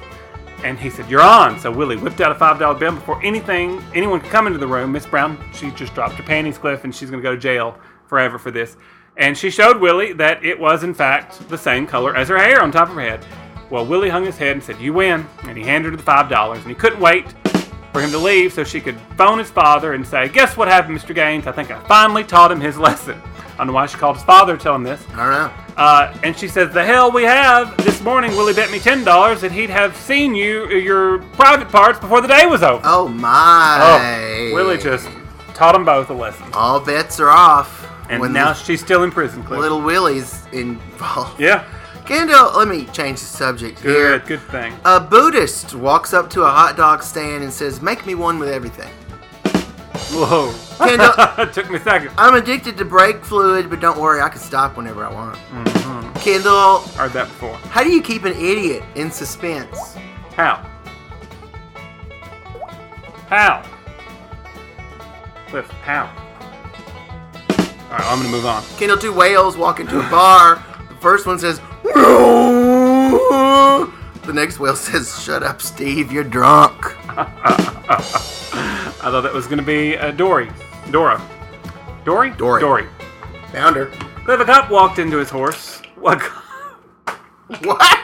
Speaker 3: And he said, You're on. So Willie whipped out a $5 bill before anything, anyone could come into the room. Miss Brown, she just dropped her panties, Cliff, and she's going to go to jail forever for this. And she showed Willie that it was, in fact, the same color as her hair on top of her head. Well, Willie hung his head and said, You win. And he handed her the $5. And he couldn't wait for him to leave so she could phone his father and say, Guess what happened, Mr. Gaines? I think I finally taught him his lesson. I don't know why she called his father to tell him this.
Speaker 4: I don't know.
Speaker 3: Uh, and she says, The hell we have! This morning, Willie bet me $10 that he'd have seen you, your private parts, before the day was over.
Speaker 4: Oh my!
Speaker 3: Oh, Willie just taught them both a lesson.
Speaker 4: all bets are off.
Speaker 3: And
Speaker 4: when
Speaker 3: now
Speaker 4: the
Speaker 3: she's still in prison, Cliff.
Speaker 4: little Willie's involved.
Speaker 3: yeah,
Speaker 4: Kendall, let me change the subject
Speaker 3: good,
Speaker 4: here. Uh,
Speaker 3: good thing.
Speaker 4: A Buddhist walks up to a hot dog stand and says, "Make me one with everything."
Speaker 3: Whoa.
Speaker 4: Kendall,
Speaker 3: Took me a second.
Speaker 4: I'm addicted to brake fluid, but don't worry, I can stop whenever I want.
Speaker 3: Mm-hmm.
Speaker 4: Kendall,
Speaker 3: Heard that before.
Speaker 4: how do you keep an idiot in suspense?
Speaker 3: How? How? Cliff, how? Alright, I'm gonna move on.
Speaker 4: Kendall, two whales walk into a bar. The first one says, "The next whale says, "Shut up, Steve, you're drunk."
Speaker 3: I thought that was gonna be uh, Dory. Dora. Dory?
Speaker 4: Dory.
Speaker 3: Dory.
Speaker 4: Founder.
Speaker 3: Cliff, a cop walked into his horse. What?
Speaker 4: What?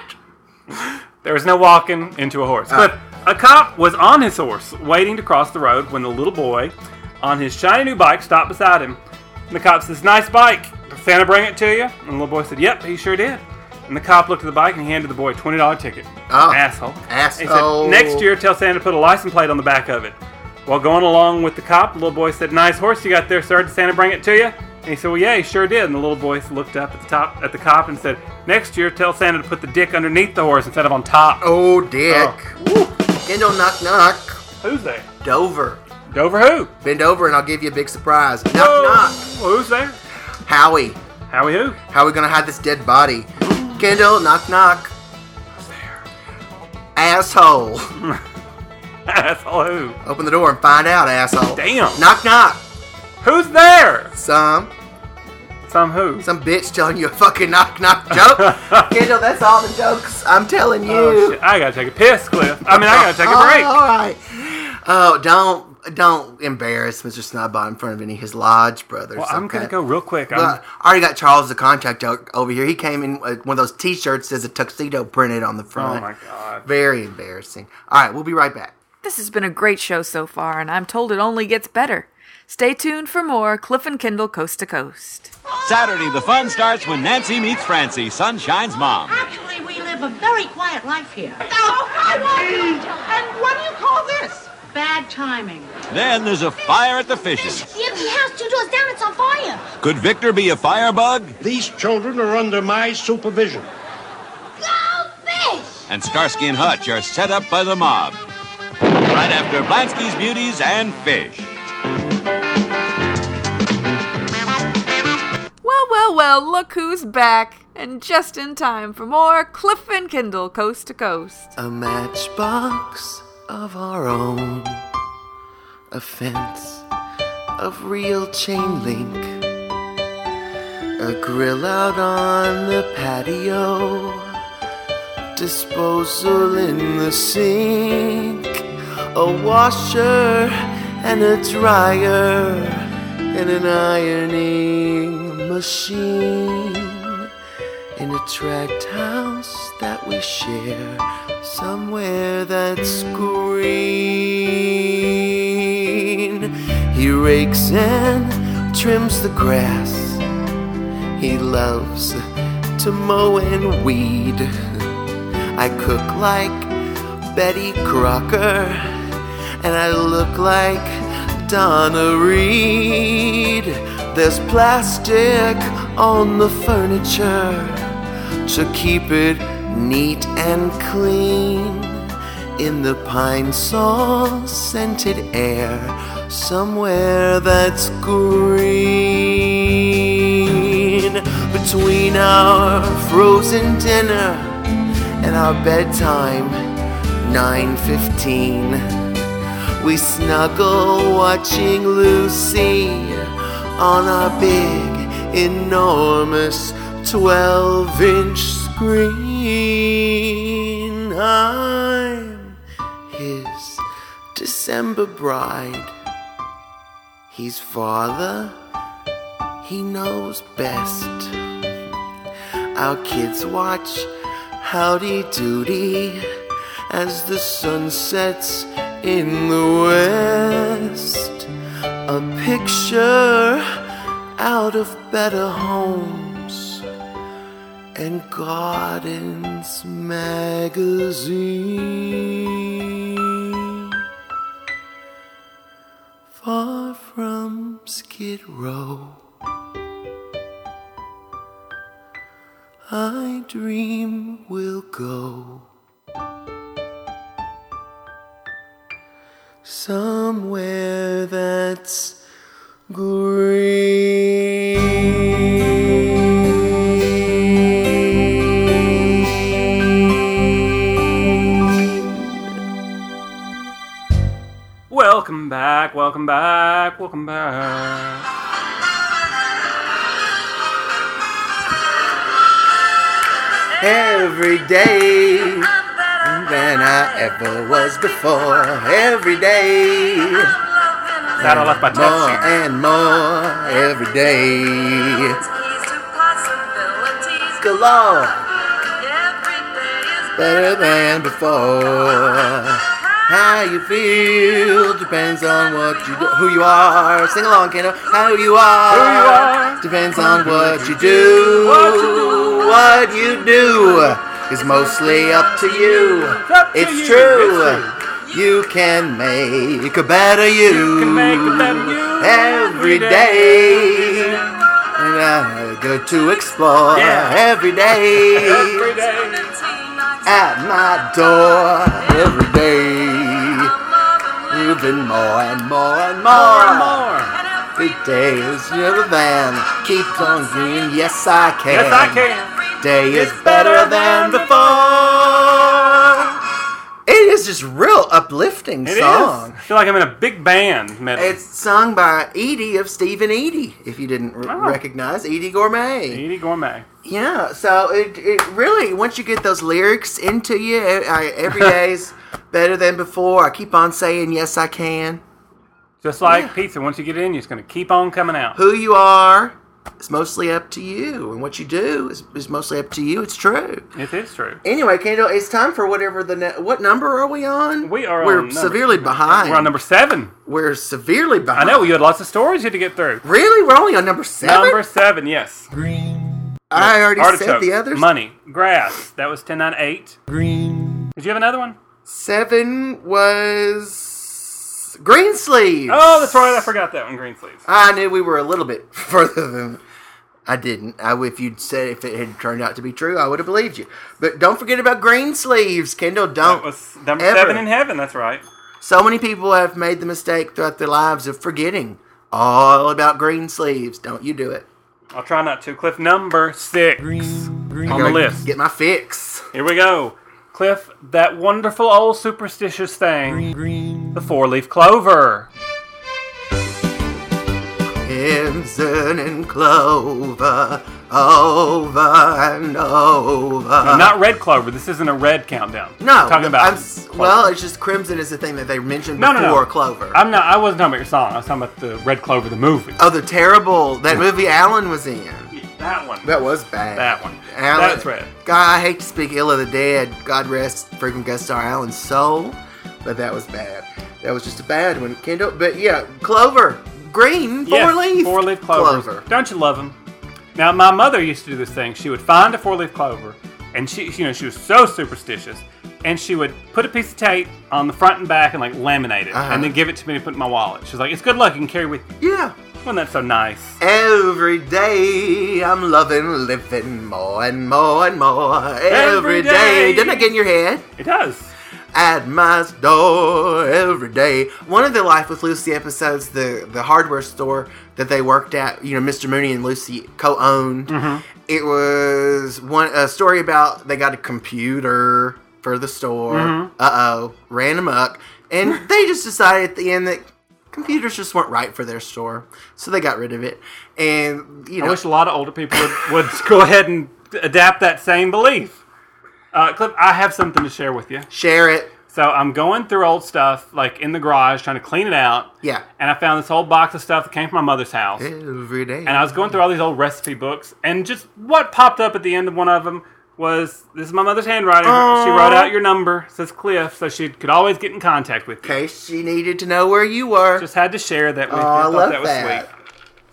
Speaker 3: There was no walking into a
Speaker 4: Ah.
Speaker 3: horse. Cliff, a cop was on his horse, waiting to cross the road when the little boy on his shiny new bike stopped beside him. And the cop says, Nice bike. Did Santa bring it to you? And the little boy said, Yep, he sure did. And the cop looked at the bike and he handed the boy a $20 ticket.
Speaker 4: Oh.
Speaker 3: Asshole.
Speaker 4: Asshole.
Speaker 3: He said, Next year, tell Santa to put a license plate on the back of it. While going along with the cop, the little boy said, Nice horse you got there, sir. Did Santa bring it to you? And he said, Well, yeah, he sure did. And the little boy looked up at the top at the cop and said, Next year, tell Santa to put the dick underneath the horse instead of on top.
Speaker 4: Oh, dick.
Speaker 3: Woo.
Speaker 4: Kendall, knock, knock.
Speaker 3: Who's there?
Speaker 4: Dover.
Speaker 3: Dover who?
Speaker 4: Bend over and I'll give you a big surprise. Knock, knock.
Speaker 3: Well, who's there?
Speaker 4: Howie,
Speaker 3: Howie who?
Speaker 4: how are we gonna hide this dead body? Kendall, knock, knock. Asshole.
Speaker 3: Asshole who?
Speaker 4: Open the door and find out, asshole.
Speaker 3: Damn.
Speaker 4: Knock, knock.
Speaker 3: Who's there?
Speaker 4: Some
Speaker 3: Some who?
Speaker 4: some bitch telling you a fucking knock, knock joke. Kendall, that's all the jokes I'm telling you.
Speaker 3: Oh, shit. I gotta take a piss, Cliff. I mean, I gotta take a
Speaker 4: All right. Oh, don't don't embarrass Mr. Snobbot in front of any of his lodge brothers.
Speaker 3: break. Well, I'm gonna
Speaker 4: okay?
Speaker 3: go real quick. I'm,
Speaker 4: Well, I already got Charles the contract o- over here. He came in with one of those T-shirts that says a tuxedo printed on the
Speaker 3: oh
Speaker 4: front.
Speaker 3: my god.
Speaker 4: Very embarrassing. All right, we'll be right back.
Speaker 1: This has been a great show so far, and I'm told it only gets better. Stay tuned for more Cliff and Kindle Coast to Coast.
Speaker 8: Saturday, the fun starts when Nancy meets Francie, Sunshine's mom.
Speaker 9: Actually, we live a very quiet life here. Oh, come on! And what do you call this? Bad timing.
Speaker 8: Then there's a fire at the fishes.
Speaker 6: The empty house two doors down, it's on fire.
Speaker 8: Could Victor be a firebug?
Speaker 10: These children are under my supervision.
Speaker 6: Go fish!
Speaker 8: And Starsky and Hutch are set up by the mob. Right after Blansky's Beauties and Fish.
Speaker 1: Well, well, well, look who's back, and just in time for more Cliff and Kindle Coast to Coast.
Speaker 4: A matchbox of our own, a fence of real chain link, a grill out on the patio, disposal in the sink, a washer and a dryer, and an ironing machine in a tract house that we share somewhere that's green. He rakes and trims the grass. He loves to mow and weed. I cook like Betty Crocker, and I look like Donna Reed. There's plastic on the furniture to keep it neat and clean. In the pine saw scented air, somewhere that's green. Between our frozen dinner and our bedtime, 915. We snuggle watching Lucy on our big enormous 12 inch screen. I'm his December bride. He's father, he knows best. Our kids watch Howdy Doody as the sun sets in the west. A picture out of better homes and gardens magazine. Far from Skid Row. I dream will go somewhere that's green.
Speaker 3: Welcome back, welcome back, welcome back.
Speaker 4: Every day than I ever was before. Every day.
Speaker 3: That I left my
Speaker 4: More
Speaker 3: touch.
Speaker 4: and more every day. Galore. Better than before. How you feel depends on what you do, who you are. Sing along, Kendo. How you are,
Speaker 3: Who you are.
Speaker 4: depends on what you do.
Speaker 3: What you do.
Speaker 4: What you do is mostly up to you.
Speaker 3: up to you.
Speaker 4: It's true.
Speaker 3: It's
Speaker 4: You can make a better you.
Speaker 3: can make a better you every
Speaker 4: every
Speaker 3: day.
Speaker 4: day. And I go to explore
Speaker 3: Yeah.
Speaker 4: every day.
Speaker 3: Every day.
Speaker 4: At my door every day. Moving more and more and
Speaker 3: More
Speaker 4: more.
Speaker 3: and more.
Speaker 4: Every day is never than. Keeps on green. Yes, I can.
Speaker 3: Yes, I can.
Speaker 4: Day is
Speaker 3: It's
Speaker 4: better than before. It is just real uplifting
Speaker 3: It is.
Speaker 4: song.
Speaker 3: I feel like I'm in a big band medley.
Speaker 4: It's sung by Edie of Stephen Edie, if you didn't r-
Speaker 3: Oh.
Speaker 4: recognize Edie Gourmet.
Speaker 3: Edie Gourmet.
Speaker 4: Yeah, so it, it really, once you get those lyrics into you, e, I, I, every day's better than before. I keep on saying, yes, I can.
Speaker 3: Just like pizza, once you get in, it's going to keep on coming out.
Speaker 4: Who you are is mostly up to you, and what you do is, is mostly up to you. It's true.
Speaker 3: It is true.
Speaker 4: Anyway, Kendall, it's time for whatever the ne- what number are we on?
Speaker 3: We are
Speaker 4: We're
Speaker 3: on number-
Speaker 4: severely behind.
Speaker 3: We're on number seven.
Speaker 4: We're severely
Speaker 3: I
Speaker 4: behind.
Speaker 3: know you had lots of stories you had to get through.
Speaker 4: Really, we're only on number seven.
Speaker 3: Number seven, yes.
Speaker 4: I already said
Speaker 3: Artichoke.
Speaker 4: the others.
Speaker 3: Money. Grass. That was 1098. Green. Did you have another one?
Speaker 4: Seven was green sleeves.
Speaker 3: Oh, that's right. I forgot that one. Green sleeves.
Speaker 4: I knew we were a little bit further than I didn't. I, if you'd said if it had turned out to be true, I would have believed you. But don't forget about green sleeves, Kendall. Don't.
Speaker 3: That was number
Speaker 4: ever.
Speaker 3: seven in heaven. That's right.
Speaker 4: so many people have made the mistake throughout their lives of forgetting all about green sleeves. Don't you do it.
Speaker 3: I'll try not to. Cliff number six on the
Speaker 4: Go
Speaker 3: list.
Speaker 4: Get my fix.
Speaker 3: Here we go. Cliff, that wonderful old superstitious thing. The four leaf clover.
Speaker 4: Crimson and clover, over and over.
Speaker 3: Not red clover. This isn't a red countdown.
Speaker 4: Uh-huh. No,
Speaker 3: I'm talking about.
Speaker 4: I'm s- well, it's just Crimson is the thing that they mentioned
Speaker 3: No,
Speaker 4: before
Speaker 3: no, no.
Speaker 4: Clover.
Speaker 3: I'm not. I wasn't talking about your song. I was talking about the Red Clover the movie.
Speaker 4: oh, the terrible that movie Alan was in.
Speaker 3: That one.
Speaker 4: That was bad.
Speaker 3: That one.
Speaker 4: Alan,
Speaker 3: That's right.
Speaker 4: God, I hate to speak ill of the dead. God rest freaking guest star Alan's soul, but that was bad. That was just a bad one, Kendall. But yeah, Clover, green, four
Speaker 3: Yes,
Speaker 4: leaf,
Speaker 3: Four leaf clovers. Don't you love them? Now, my mother used to do this thing. She would find a four leaf clover, and she, you know, she was so superstitious, and she would put a piece of tape on the front and back and like laminate it,
Speaker 4: Uh-huh.
Speaker 3: and then give it to me to put in my wallet. She's like, "It's good luck. You can carry with you."
Speaker 4: Yeah.
Speaker 3: Wasn't that so nice?
Speaker 4: Every day I'm loving living more and more and more.
Speaker 3: Every
Speaker 4: Every day.
Speaker 3: day.
Speaker 4: Didn't I get in your head?
Speaker 3: It does.
Speaker 4: at my store every day. One of the Life with Lucy episodes, the the hardware store that they worked at, you know, Mr. Mooney and Lucy co-owned.
Speaker 3: Mm-hmm.
Speaker 4: It was one a story about they got a computer
Speaker 3: Mm-hmm.
Speaker 4: for the store. Uh oh, ran amok, and they just decided at the end that computers just weren't right for their store, so they got rid of it. And you
Speaker 3: I
Speaker 4: know,
Speaker 3: wish a lot of older people would, would go ahead and adapt that same belief. Uh, Cliff, I have something to share with you.
Speaker 4: share it.
Speaker 3: So I'm going through old stuff, like in the garage, trying to clean it out.
Speaker 4: Yeah.
Speaker 3: And I found this whole box of stuff that came from my mother's house.
Speaker 4: Every day.
Speaker 3: And I was going through all these old recipe books, and just what popped up at the end of one of them was this is my mother's handwriting. She wrote out your number, says Cliff, so she could always get in contact with you.
Speaker 4: in case she needed to know where you were.
Speaker 3: Just had to share that with
Speaker 4: Oh,
Speaker 3: you.
Speaker 4: I
Speaker 3: Thought
Speaker 4: love
Speaker 3: that was
Speaker 4: that.
Speaker 3: sweet.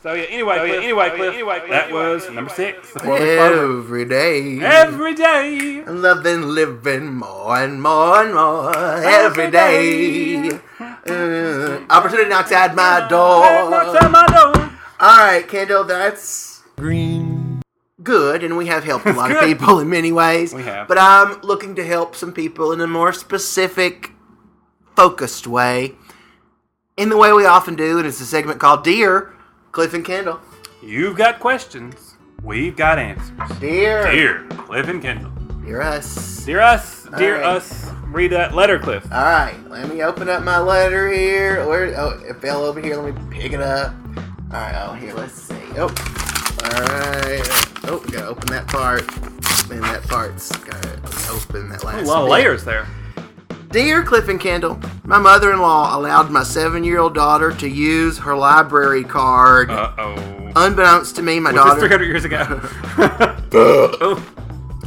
Speaker 3: So yeah, anyway, Cliff, anyway, Cliff, anyway, that was number six. Support the farmer.
Speaker 4: Every day.
Speaker 3: Every day.
Speaker 4: I'm loving living more and more and more every day. Uh, opportunity knocks at my
Speaker 3: Knocks
Speaker 4: door.
Speaker 3: on my door.
Speaker 4: All right, Kendall, that's good, and we have helped a lot of
Speaker 3: Good.
Speaker 4: people in many ways.
Speaker 3: We have.
Speaker 4: but I'm looking to help some people in a more specific, focused way, in the way we often do, and it's a segment called "Dear Cliff and Kendall."
Speaker 3: You've got questions. We've got answers.
Speaker 4: Dear,
Speaker 3: Dear Cliff and Kendall.
Speaker 4: dear us.
Speaker 3: Dear us, dear
Speaker 4: right.
Speaker 3: us, read that letter, Cliff.
Speaker 4: All right, let me open up my letter here. Where? Oh, it fell over here. Let me pick it up. All right. Oh, here. Let's see. Oh. All right. Oh, we gotta open that part. And that part's gotta open that
Speaker 3: A
Speaker 4: last.
Speaker 3: lot of
Speaker 4: bit.
Speaker 3: layers there.
Speaker 4: Dear Cliff and Kendall, my mother-in-law allowed my seven-year-old daughter to use her library card.
Speaker 3: Uh oh.
Speaker 4: Unbeknownst to me, my
Speaker 3: Was this 300
Speaker 4: daughter.
Speaker 3: years ago? oh,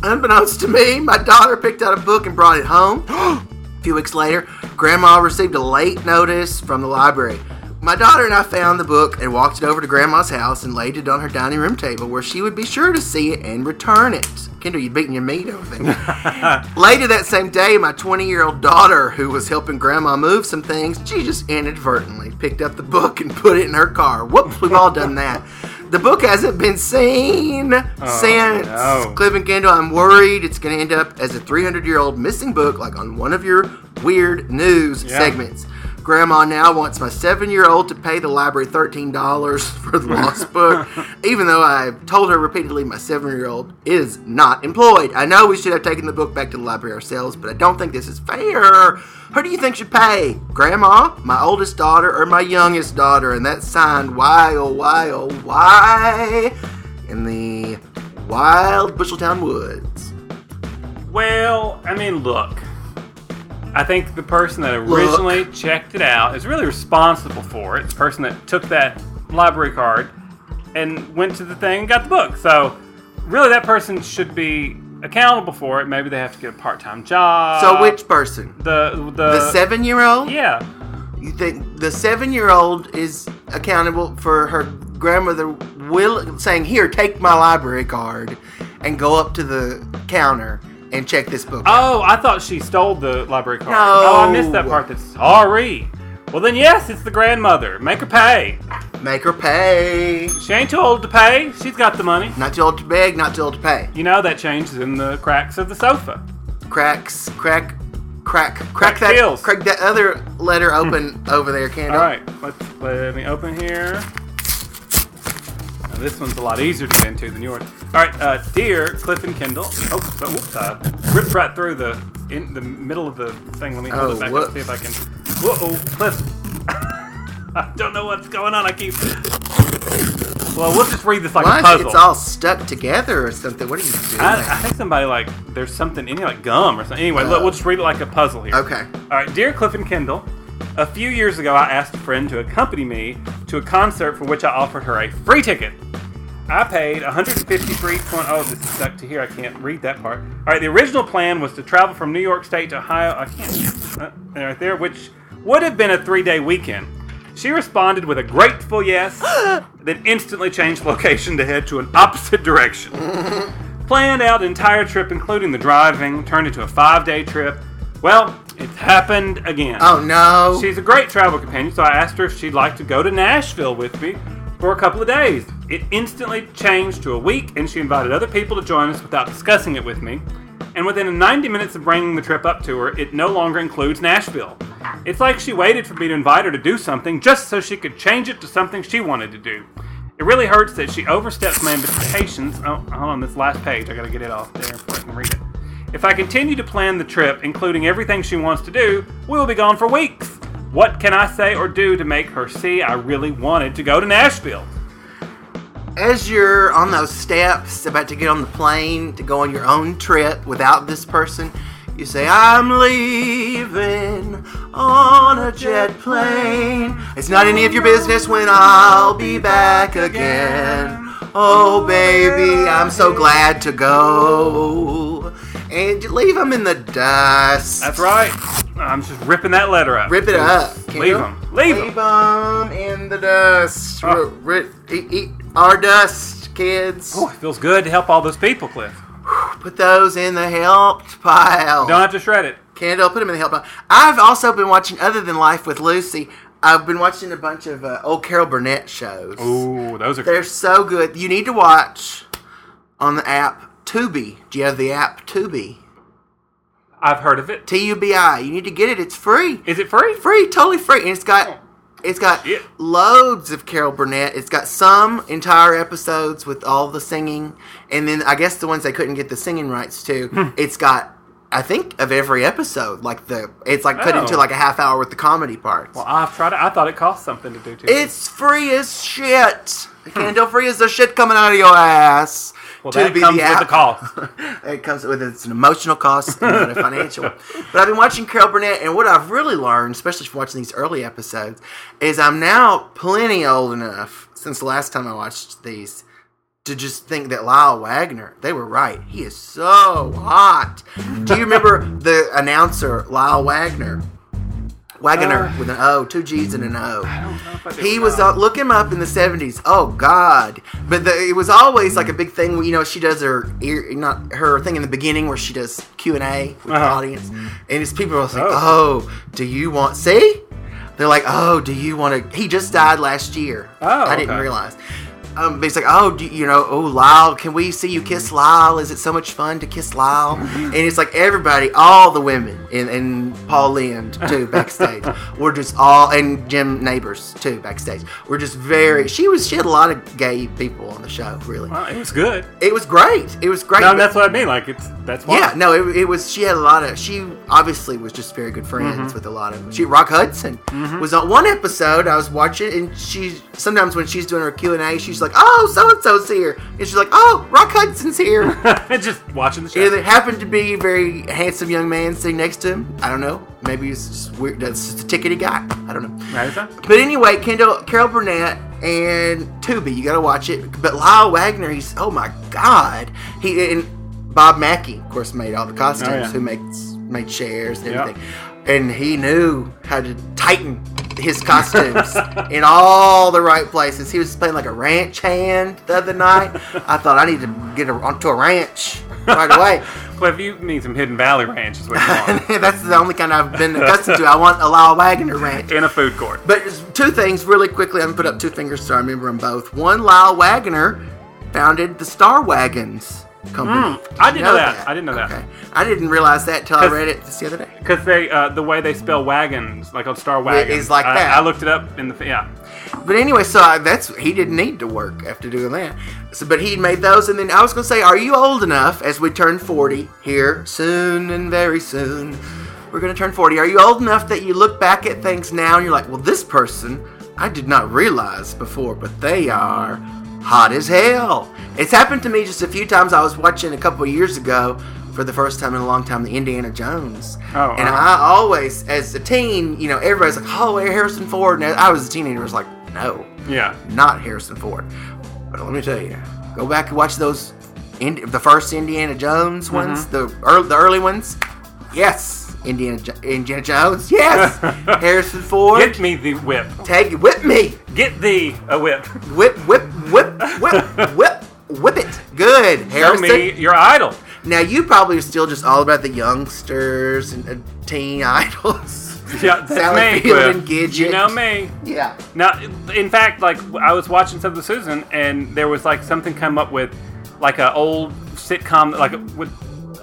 Speaker 4: Unbeknownst to me, my daughter picked out a book and brought it home. a few weeks later, Grandma received a late notice from the library. My daughter and I found the book and walked it over to Grandma's house and laid it on her dining room table where she would be sure to see it and return it. Kendall, you beating your meat over there. Later that same day, my 20 year old daughter, who was helping grandma move some things, she just inadvertently picked up the book and put it in her car. Whoops, we've all done that. The book hasn't been seen since.
Speaker 3: no.
Speaker 4: Cliff and Kendall, I'm worried it's going to end up as a 300 year old missing book, like on one of your weird news
Speaker 3: Yeah.
Speaker 4: segments. Grandma now wants my seven year old to pay the library $13 for the lost book, even though I told her repeatedly my seven year old is not employed. I know we should have taken the book back to the library ourselves, but I don't think this is fair. Who do you think should pay? Grandma, my oldest daughter, or my youngest daughter? And that's signed Why, oh, why, oh, why in the wild Busheltown woods.
Speaker 3: well, I mean, look. I think the person that originally checked it out is really responsible for it. The person that took that library card and went to the thing and got the book. So, really, that person should be accountable for it. Maybe they have to get a part time job.
Speaker 4: So, which person?
Speaker 3: The, the,
Speaker 4: The seven year old?
Speaker 3: Yeah.
Speaker 4: You think the seven-year-old is accountable for her grandmother will saying, "Here, take my library card," and go up to the counter and check this book. out."
Speaker 3: Oh, I thought she stole the library card.
Speaker 4: No.
Speaker 3: Oh, I missed that part. That's sorry. Well, then, yes, it's the grandmother. Make her pay.
Speaker 4: Make her pay.
Speaker 3: She ain't too old to pay. She's got the money.
Speaker 4: Not too old to beg, not too old to pay.
Speaker 3: You know, that changes in the cracks of the sofa.
Speaker 4: Cracks, crack, crack, crack,
Speaker 3: Crack
Speaker 4: that,
Speaker 3: pills.
Speaker 4: crack that other letter open over there, Kendall.
Speaker 3: All right, let's let me open here. Now, this one's a lot easier to get into than yours. All right, uh, dear Cliff and Kendall. Oh, so, whoops, uh, ripped right through the in the middle of the thing. Let me hold
Speaker 4: Oh,
Speaker 3: it back
Speaker 4: whoops.
Speaker 3: up see if I can. Whoa, Cliff. I don't know what's going on. I keep. Well, we'll just read this like a
Speaker 4: What?
Speaker 3: puzzle.
Speaker 4: It's all stuck together or something. What are you doing?
Speaker 3: I, I think somebody like there's something in here like gum or something. Anyway, look, we'll just read it like a puzzle here.
Speaker 4: okay.
Speaker 3: All right, dear Cliff and Kendall, a few years ago I asked a friend to accompany me to a concert for which I offered her a free ticket. I paid 153. Point, oh, this is stuck to here. I can't read that part. All right, the original plan was to travel from New York State to Ohio. I can't. Uh, right there, which would have been a three-day weekend. She responded with a grateful yes, then instantly changed location to head to an opposite direction. Planned out the entire trip, including the driving, turned into a five-day trip. Well, it's happened again.
Speaker 4: Oh no.
Speaker 3: She's a great travel companion, so I asked her if she'd like to go to Nashville with me for a couple of days. It instantly changed to a week, and she invited other people to join us without discussing it with me. And within 90 minutes of bringing the trip up to her, it no longer includes Nashville. It's like she waited for me to invite her to do something just so she could change it to something she wanted to do. It really hurts that she oversteps my invitations. Oh, hold on, this last page. I gotta get it off there before I can read it. If I continue to plan the trip, including everything she wants to do, we will be gone for weeks. What can I say or do to make her see I really wanted to go to Nashville?
Speaker 4: As you're on those steps, about to get on the plane to go on your own trip without this person, you say, I'm leaving on a jet plane. It's not any of your business when I'll be back again. Oh, baby, I'm so glad to go. And you leave them in the dust.
Speaker 3: That's right. I'm just ripping that letter up.
Speaker 4: Rip it up.
Speaker 3: Leave them. Leave them.
Speaker 4: Leave them in the dust.
Speaker 3: Oh.
Speaker 4: R- r- eat, eat our dust, kids.
Speaker 3: Oh, it feels good to help all those people, Cliff.
Speaker 4: Put those in the helped pile.
Speaker 3: Don't have to shred it.
Speaker 4: Candle, put them in the help pile. I've also been watching, other than Life with Lucy, I've been watching a bunch of uh, old Carol Burnett shows.
Speaker 3: Ooh, those are
Speaker 4: They're so good. You need to watch on the app Tubi. Do you have the app Tubi?
Speaker 3: I've heard of it.
Speaker 4: T U B I. You need to get it. It's free.
Speaker 3: Is it free?
Speaker 4: free, totally free. And it's got it's got
Speaker 3: Shit.
Speaker 4: loads of Carol Burnett. It's got some entire episodes with all the singing, and then I guess the ones they couldn't get the singing rights
Speaker 3: Hmm.
Speaker 4: to. it's got I think of every episode, like the it's like cut
Speaker 3: Oh.
Speaker 4: into like a half hour with the comedy parts.
Speaker 3: Well, I've tried it. I thought it cost something to do to it.
Speaker 4: it's free as shit. Candle free as the shit coming out of your ass.
Speaker 3: Hmm. Well,
Speaker 4: To
Speaker 3: that
Speaker 4: be
Speaker 3: comes with
Speaker 4: app-
Speaker 3: the cost.
Speaker 4: it comes with it's an emotional cost and not a financial one. But I've been watching Carol Burnett, and what I've really learned, especially from watching these early episodes, is I'm now plenty old enough since the last time I watched these to just think that Lyle Wagner, they were right. He is so hot. Do you remember the announcer Lyle Wagner? Wagner with an O, two G's and an O. He was uh, look him up in the seventies. Oh God! But the, it was always like a big thing. You know, she does her ear, not her thing in the beginning where she does Q and A with the
Speaker 3: Uh-huh.
Speaker 4: audience, and it's people are like,
Speaker 3: Oh.
Speaker 4: oh. do you want see?" They're like, "Oh, do you want to?" He just died last year.
Speaker 3: Oh,
Speaker 4: I didn't
Speaker 3: okay.
Speaker 4: realize. Um, but he's like, "Oh, do, you know, oh Lyle, can we see you kiss Lyle? Is it so much fun to kiss Lyle?" And it's like everybody, all the women, and, and Paul Lind too backstage. we're just all, and Jim Neighbors too backstage. We're just very. She was. She had a lot of gay people on the show. Really,
Speaker 3: Well, it was good.
Speaker 4: it was great. It was great.
Speaker 3: No,
Speaker 4: but-
Speaker 3: that's what I mean. Like it's that's why.
Speaker 4: yeah, no, it, it was. She had a lot of. She obviously was just very good friends with a lot of. She Rock Hudson was on one episode. I was watching, and she sometimes when she's doing her Q and A, she's like, "Oh, so and so's here," and she's like, "Oh, Rock Hudson's here."
Speaker 3: It's just watching the show.
Speaker 4: Yeah, there happened to be a very handsome young man sitting next to him. I don't know. Maybe it's just weird. That's just a ticket he got. I don't know.
Speaker 3: Right, is that-
Speaker 4: But anyway, Kendall, Carol Burnett, and Tubi, you gotta watch it. But Lyle Wagner, he's oh my god, he and Bob Mackey, of course, made all the costumes.
Speaker 3: Oh, yeah.
Speaker 4: Who makes made chairs and
Speaker 3: Yeah.
Speaker 4: everything, and he knew how to tighten his costumes in all the right places. He was playing like a ranch hand the other night. I thought I need to get a, onto a ranch right away.
Speaker 3: Cliff, you need some Hidden Valley Ranch is what you want
Speaker 4: That's the only kind I've been accustomed to. I want a Lyle Wagner ranch.
Speaker 3: in a food court.
Speaker 4: But it's two things really quickly. I'm gonna put up two fingers so I remember them both. One, Lyle Wagner founded the Star Wagons company.
Speaker 3: Mm, I didn't know that. I didn't know that.
Speaker 4: Okay. I didn't realize that till I
Speaker 3: 'Cause-
Speaker 4: read it just the other day.
Speaker 3: Because they, uh, the way they spell wagons, like on Star Wagon,
Speaker 4: is like
Speaker 3: I,
Speaker 4: that.
Speaker 3: I looked it up in the yeah.
Speaker 4: But anyway, so I, that's he didn't need to work after doing that. So, but he made those, and then I was gonna say, are you old enough? As we turn 40 here soon and very soon, we're gonna turn 40. Are you old enough that you look back at things now and you're like, well, this person I did not realize before, but they are hot as hell. It's happened to me just a few times. I was watching a couple of years ago. For the first time in a long time, the Indiana Jones,
Speaker 3: Oh,
Speaker 4: and
Speaker 3: uh-huh.
Speaker 4: I always, as a teen, you know, everybody's like, "Oh, Harrison Ford," and I was a teenager, was like, "No,
Speaker 3: Yeah.
Speaker 4: not Harrison Ford. But let me tell you, go back and watch those, Ind- the first Indiana Jones
Speaker 3: Mm-hmm.
Speaker 4: ones, the early, the early ones. Yes, Indiana jo- Indiana Jones. Yes, Harrison Ford.
Speaker 3: Get me the whip.
Speaker 4: Take it, whip me,
Speaker 3: Get thee a whip.
Speaker 4: whip, whip, whip, whip, whip, whip it. Good,
Speaker 3: Show
Speaker 4: Harrison.
Speaker 3: me your idol.
Speaker 4: Now you probably are still just all about the youngsters and uh, teen idols.
Speaker 3: Yeah, that's
Speaker 4: Sally
Speaker 3: me.
Speaker 4: Field and
Speaker 3: Cliff.
Speaker 4: Gidget.
Speaker 3: You know me.
Speaker 4: Yeah.
Speaker 3: Now, in fact, like I was watching something with Susan, and there was like something come up with like an old sitcom, like with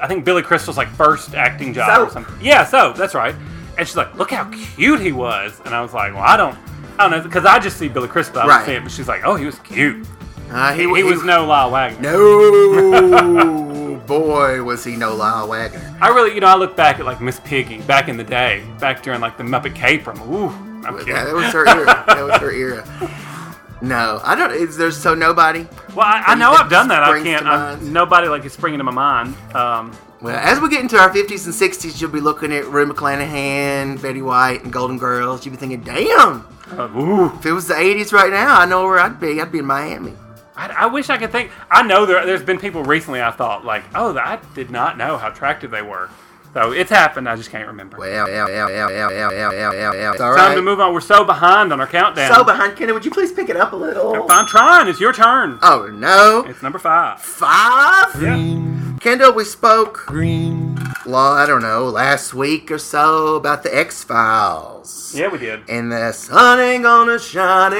Speaker 3: I think Billy Crystal's like first acting job or
Speaker 4: Soap.
Speaker 3: something. Yeah, so that's right. And she's like, "Look how cute he was," and I was like, "Well, I don't, I don't know, because I just see Billy Crystal, I don't
Speaker 4: Right.
Speaker 3: see it." But she's like, "Oh, he was cute.
Speaker 4: Uh,
Speaker 3: He, was no Lyle Wagner."
Speaker 4: No, boy, was he no Lyle Wagner.
Speaker 3: I really, you know, I look back at like Miss Piggy back in the day, back during like the Muppet Cape. I'm ooh, I'm kidding.
Speaker 4: Yeah, that was her era. That was her era. No, I don't. Is there so nobody?
Speaker 3: Well, I, I
Speaker 4: you
Speaker 3: know
Speaker 4: think
Speaker 3: I've done that. I
Speaker 4: springs
Speaker 3: can't.
Speaker 4: to
Speaker 3: I'm,
Speaker 4: mind?
Speaker 3: nobody like is springing to my mind. Um,
Speaker 4: Well, as we get into our 50s and 60s, you'll be looking at Rue McClanahan, Betty White, and Golden Girls. You'll be thinking, damn,
Speaker 3: uh,
Speaker 4: Oh.
Speaker 3: ooh,
Speaker 4: if it was the 80s right now, I know where I'd be. I'd be in Miami.
Speaker 3: I, I wish I could think. I know there, there's been people recently. I thought like, oh, I did not know how attractive they were. So it's happened. I just can't remember.
Speaker 4: Well, well, well, well, well, well, well, well, well. It's all
Speaker 3: Time
Speaker 4: right.
Speaker 3: to move on. We're so behind on our countdown.
Speaker 4: So behind Kenny, would you please pick it up a little?
Speaker 3: I'm trying. It's your turn.
Speaker 4: Oh no,
Speaker 3: It's number five.
Speaker 4: five.
Speaker 3: Yeah.
Speaker 4: Kendall, we spoke. Green. Well, I don't know, last week or so about the X Files.
Speaker 3: Yeah, we did.
Speaker 4: And the sun ain't gonna shine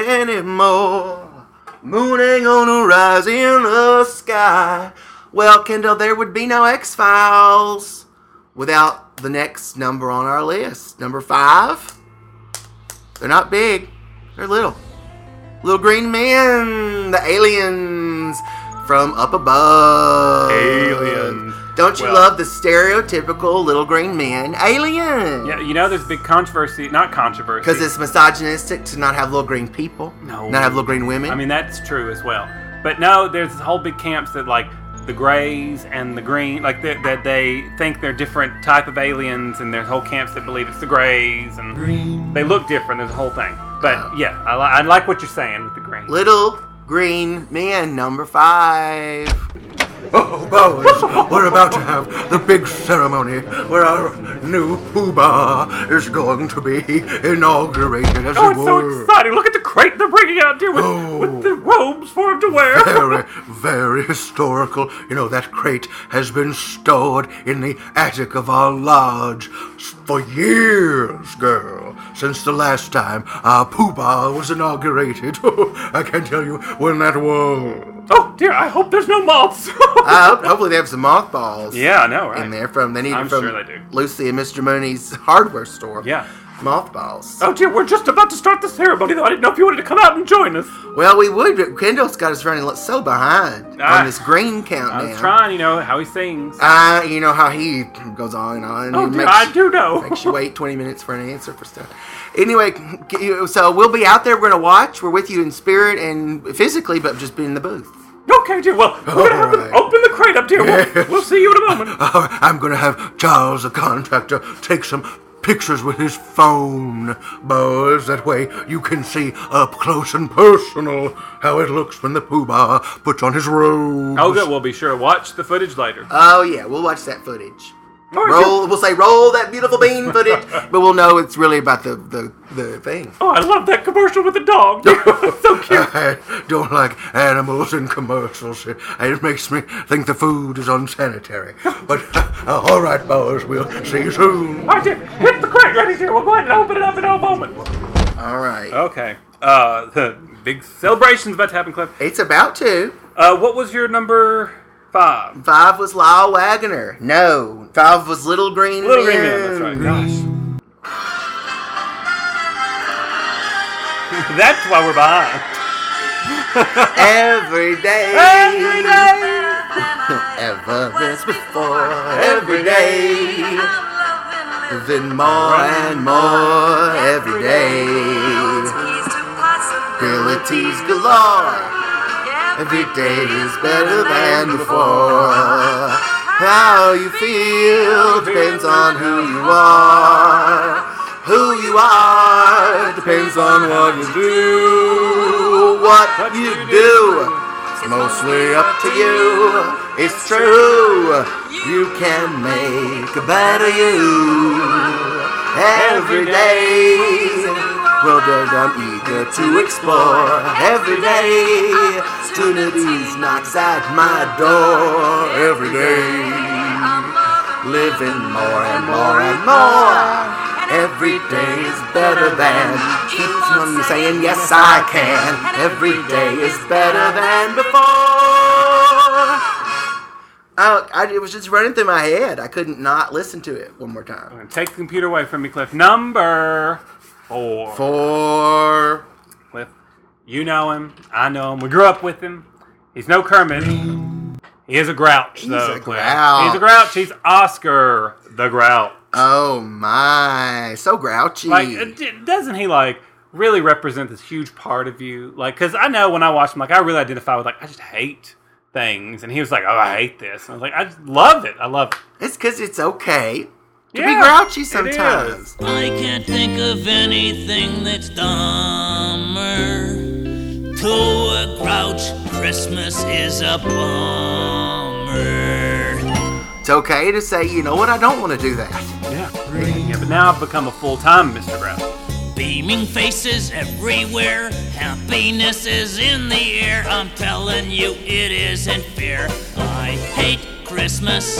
Speaker 4: anymore. Moon ain't gonna rise in the sky. Well, Kendall, there would be no X Files without the next number on our list. Number five. They're not big, they're little. Little green men, the aliens from up above.
Speaker 3: Aliens.
Speaker 4: Don't you
Speaker 3: Well-
Speaker 4: love the stereotypical little green men alien?
Speaker 3: Yeah, you know, there's big controversy. Not controversy.
Speaker 4: Because it's misogynistic to not have little green people.
Speaker 3: No.
Speaker 4: Not have little green women.
Speaker 3: I mean, that's true as well. But no, there's whole big camps that like the grays and the green, like that that they think they're different type of aliens, and there's whole camps that believe it's the grays and they look different. There's a whole thing.
Speaker 4: Oh.
Speaker 3: But yeah, I, li- I like what you're saying with the green.
Speaker 4: little green man number five. Oh, boys, we're about to have the big ceremony where our new Pooh Bah is going to be inaugurated as
Speaker 3: Oh, it's so exciting! Look at the crate they're bringing out here with,
Speaker 4: Oh.
Speaker 3: with the robes for him to wear.
Speaker 4: very, very historical. You know, that crate has been stored in the attic of our lodge s- for years, girl, since the last time our Pooh Bah was inaugurated. I can't tell you when that was.
Speaker 3: oh dear, I hope there's no moths.
Speaker 4: hopefully, they have some mothballs.
Speaker 3: yeah, I know, right?
Speaker 4: In there from they need
Speaker 3: I'm
Speaker 4: from
Speaker 3: sure they do.
Speaker 4: Lucy and Mr. Mooney's hardware store.
Speaker 3: Yeah.
Speaker 4: mothballs.
Speaker 3: Oh dear, we're just about to start the ceremony, though. I didn't know if you wanted to come out and join us.
Speaker 4: Well, we would, but Kendall's got us running so behind
Speaker 3: Ah.
Speaker 4: on this green
Speaker 3: I
Speaker 4: countdown.
Speaker 3: was trying, you know, how he sings.
Speaker 4: Uh, you know how he goes on and on.
Speaker 3: Oh,
Speaker 4: He
Speaker 3: dear,
Speaker 4: makes-
Speaker 3: I do know.
Speaker 4: makes you wait 20 minutes for an answer for stuff. Anyway, get you- so we'll be out there. We're going to watch. We're with you in spirit and physically, but just be in the booth.
Speaker 3: Okay, dear. Well, we're gonna have them
Speaker 4: Alright.
Speaker 3: open the crate up, dear. We'll,
Speaker 4: Yes.
Speaker 3: we'll see you in a moment.
Speaker 4: uh, I'm going to have Charles, the contractor, take some pictures with his phone, boys. That way you can see up close and personal how it looks when the Pooh Bah puts on his robe.
Speaker 3: Oh, good. We'll be sure to watch the footage later.
Speaker 4: Oh, yeah. We'll watch that footage.
Speaker 3: All right,
Speaker 4: Roll, we'll say roll that beautiful bean footage, but we'll know it's really about the, the, the thing.
Speaker 3: Oh, I love that commercial with the dog. so cute.
Speaker 4: I don't like animals in commercials. It, it makes me think the food is unsanitary. But uh, all right, boys, we'll see you soon.
Speaker 3: All right, dear. Hit the crate ready, dear. We'll go ahead and open it up in a moment.
Speaker 4: All right,
Speaker 3: Okay. Uh, the big celebration's about to happen, Cliff.
Speaker 4: it's about to.
Speaker 3: Uh, what was your number five?
Speaker 4: Five was Lyle Wagner. No, five was Little Green
Speaker 3: Little Green
Speaker 4: Man.
Speaker 3: Man. That's right. Gosh. that's why we're behind.
Speaker 4: Every day.
Speaker 3: Every
Speaker 4: Ever as before. Every day. Then more and more every day. Abilities galore. Every day is better than before. How you feel depends on who you are. Who you are depends on what you do. What you do is mostly up to you. It's true. You can make a better you. Every day, world that I'm eager to explore. Every day, opportunities knocks at my door. Every day, living more and more and more. Every day is better than keeps on saying yes I can. Every day is better than before. Oh, I, it was just running through my head. I couldn't not listen to it one more time.
Speaker 3: I'm gonna take the computer away from me, Cliff. Number four.
Speaker 4: Four.
Speaker 3: Cliff, you know him. I know him. We grew up with him. He's no Kermit, He is a grouch, though.
Speaker 4: a
Speaker 3: Cliff.
Speaker 4: grouch.
Speaker 3: He's a grouch. He's Oscar the Grouch.
Speaker 4: Oh my, so grouchy.
Speaker 3: Like, it- it- doesn't he like really represent this huge part of you? Like, because I know when I watched him, like I really identify with like I just hate things, and he was like, "Oh, I hate this." And I was like, "I just love it. I love it."
Speaker 4: it's because it's okay to be
Speaker 3: Yeah,
Speaker 4: grouchy
Speaker 3: it
Speaker 4: sometimes.
Speaker 3: is.
Speaker 11: I can't think of anything that's dumber. To a grouch, Christmas is a bummer.
Speaker 4: It's okay to say, you know what, I don't want to do that.
Speaker 3: Yeah. yeah, but now I've become a full time Mr. Grouch.
Speaker 11: Beaming faces everywhere, happiness is in the air. I'm telling you, it isn't fair. I hate Christmas.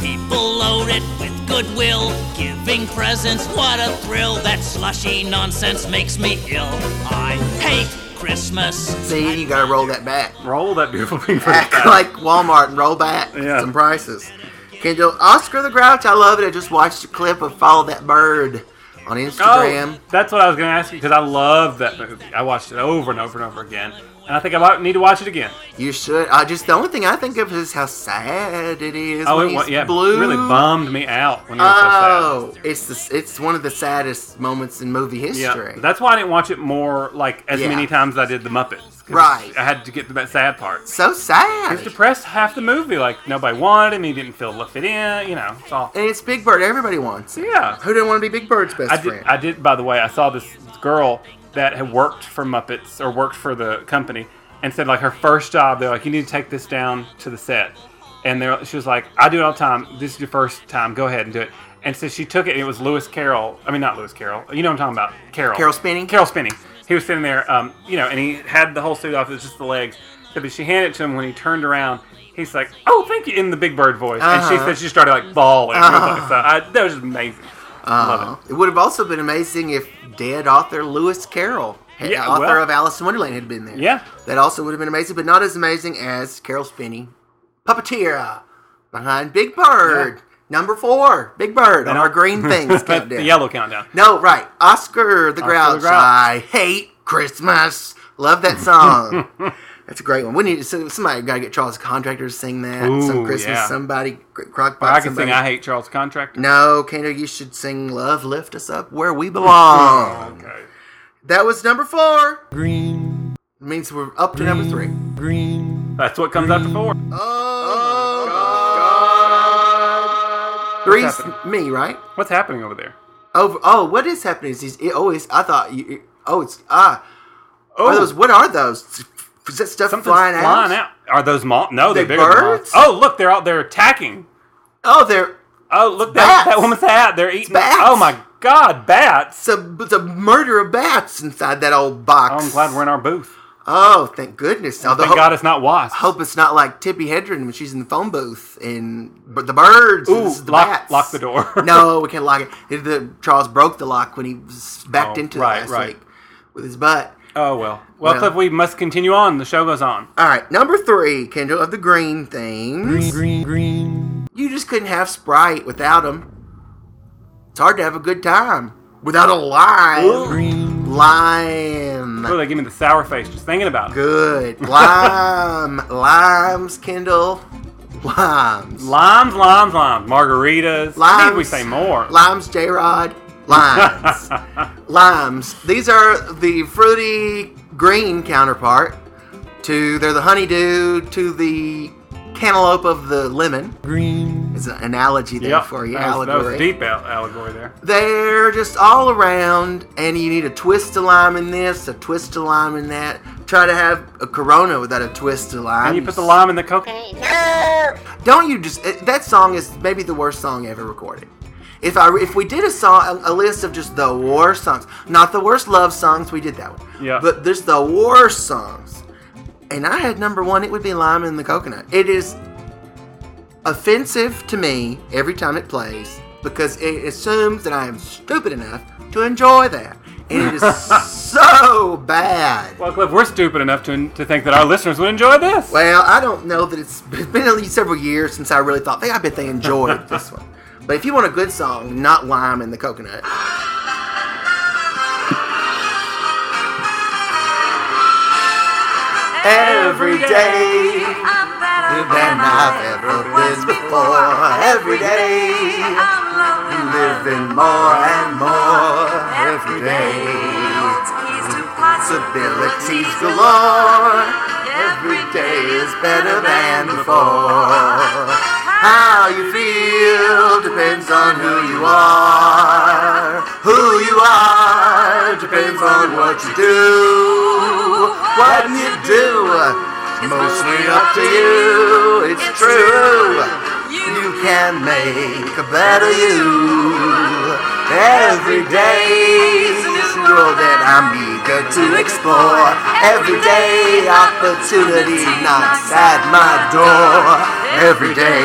Speaker 11: People loaded with goodwill, giving presents, what a thrill. That slushy nonsense makes me ill. I hate Christmas.
Speaker 4: See, you gotta roll that back.
Speaker 3: Roll that beautiful pink
Speaker 4: Act
Speaker 3: back.
Speaker 4: like Walmart and roll back
Speaker 3: Yeah.
Speaker 4: some prices. Kendall, Oscar the Grouch, I love it. I just watched a clip of Follow That Bird on Instagram.
Speaker 3: Oh, that's what I was going to ask you because I love that movie. I watched it over and over and over again, and I think I might need to watch it again.
Speaker 4: You should. I just the only thing I think of is how sad it is.
Speaker 3: Oh,
Speaker 4: when
Speaker 3: it wa-
Speaker 4: he's
Speaker 3: yeah,
Speaker 4: blue.
Speaker 3: really bummed me out when it was so sad.
Speaker 4: Oh, it's the, it's one of the saddest moments in movie history.
Speaker 3: Yeah, that's why I didn't watch it more like as
Speaker 4: Yeah.
Speaker 3: many times as I did the Muppets. 'cause
Speaker 4: Right.
Speaker 3: I had to get to that sad part.
Speaker 4: so sad.
Speaker 3: He's depressed half the movie. Like nobody wanted him. He didn't feel left fit in. You know, it's all.
Speaker 4: and it's Big Bird. Everybody wants. It.
Speaker 3: Yeah.
Speaker 4: Who didn't want to be Big Bird's best
Speaker 3: I did.
Speaker 4: friend?
Speaker 3: I did. By the way, I saw this girl that had worked for Muppets or worked for the company, and said like her first job. They're like, you need to take this down to the set, and there she was like, I do it all the time. This is your first time. Go ahead and do it. And so she took it, and it was Lewis Carroll. I mean, not Lewis Carroll. You know what I'm talking about? Carroll.
Speaker 4: Carroll Spinney?
Speaker 3: Carroll Spinney. He was sitting there, um, you know, and he had the whole suit off. It was just the legs. So, But she handed it to him when he turned around. He's like, "Oh, thank you," in the Big Bird voice, and she
Speaker 4: Uh-huh.
Speaker 3: said she started like bawling. It was like- so I, that was just amazing. Love it.
Speaker 4: Uh, it would have also been amazing if dead author Lewis Carroll, had-
Speaker 3: Yeah,
Speaker 4: author
Speaker 3: well-
Speaker 4: of Alice in Wonderland, had been there.
Speaker 3: Yeah.
Speaker 4: that also would have been amazing, but not as amazing as Carol Spinney, puppeteer behind Big Bird, number four, Big Bird on
Speaker 3: And
Speaker 4: our
Speaker 3: I-
Speaker 4: Green Things
Speaker 3: But
Speaker 4: countdown.
Speaker 3: the yellow countdown.
Speaker 4: No, right. Oscar the Grouch.
Speaker 3: Grouch.
Speaker 4: I hate Christmas. Love that song. That's a great one. We need so somebody got to get Charles Contractor to sing that. Some
Speaker 3: Ooh,
Speaker 4: Christmas,
Speaker 3: yeah.
Speaker 4: somebody, Crockpot.
Speaker 3: I can
Speaker 4: somebody.
Speaker 3: sing "I Hate Charles Contractor."
Speaker 4: No, Kano, you should sing Love Lift Us Up Where We Belong.
Speaker 3: Okay.
Speaker 4: That was number four. Green. Means we're up to number three.
Speaker 3: That's what comes after four.
Speaker 4: Oh, Three's me, right?
Speaker 3: What's happening over there?
Speaker 4: Oh, oh, what is happening is these, it always, I thought, you, oh, it's, ah. Are those, what are those? Is that stuff
Speaker 3: something's
Speaker 4: flying, out?
Speaker 3: Are those moths? No, they're
Speaker 4: They
Speaker 3: bigger than
Speaker 4: birds?
Speaker 3: moths. Oh, look, they're out there attacking.
Speaker 4: Oh, they're,
Speaker 3: Oh, look, that,
Speaker 4: Bats.
Speaker 3: that woman's hat. They're eating.
Speaker 4: bats.
Speaker 3: Oh my God, bats!
Speaker 4: it's a, it's a murder of bats inside that old box.
Speaker 3: Oh, I'm glad we're in our booth.
Speaker 4: Oh, thank goodness. Although,
Speaker 3: Thank God it's not wasps.
Speaker 4: hope it's not like Tippi Hedren when she's in the phone booth and b- the birds. and
Speaker 3: Ooh,
Speaker 4: the
Speaker 3: lock-
Speaker 4: bats.
Speaker 3: lock the door.
Speaker 4: no, we can't lock it. The- the- Charles broke the lock when he was backed
Speaker 3: Oh,
Speaker 4: into
Speaker 3: right,
Speaker 4: it last
Speaker 3: right.
Speaker 4: week with his butt.
Speaker 3: Oh well. Well,
Speaker 4: Well.
Speaker 3: Cliff, we must continue on. The show goes on.
Speaker 4: All right, number three, Kendall of the green things. Green, green, green. You just couldn't have Sprite without them. It's hard to have a good time without a lime. Lime.
Speaker 3: Oh, they give me the sour face just thinking about it.
Speaker 4: Good. Lime. limes, Kendall. Limes.
Speaker 3: Limes, limes, limes. Margaritas. Why Need we
Speaker 4: Limes.
Speaker 3: say more?
Speaker 4: Limes, J Rod, limes. limes. These are the fruity green counterpart to, they're the honeydew to the cantaloupe of the lemon. Green. It's an analogy there
Speaker 3: Yep.
Speaker 4: for you,
Speaker 3: that, was, that was
Speaker 4: allegory.
Speaker 3: deep al- allegory there.
Speaker 4: They're just all around, and you need a twist of lime in this, a twist of lime in that. Try to have a Corona without a twist of lime.
Speaker 3: And you put the lime in the coke.
Speaker 4: Don't you just it- that song is maybe the worst song ever recorded. If I if we did a song a, a list of just the worst songs, not the worst love songs, we did that one.
Speaker 3: Yeah.
Speaker 4: But there's the worst songs, and I had number one. It would be "Lime and the Coconut." It is offensive to me every time it plays because it assumes that I am stupid enough to enjoy that, and it is so bad.
Speaker 3: Well, Cliff, we're stupid enough to, to think that our listeners would enjoy this.
Speaker 4: Well, I don't know that it's it's been at least several years since I really thought. They, I bet they enjoyed this one. But if you want a good song, not lime and the coconut.
Speaker 12: every day.
Speaker 1: I'm better
Speaker 12: Than I've ever been before. Every day, I'm living more and more every day. Possibilities galore. Every day is better than before. How you feel depends on who you are. Who you are depends on what you do. What you do, mostly up to you. It's true. You can make a better you. Every day is a world that I'm eager to explore. Every day opportunity knocks at my door. Every day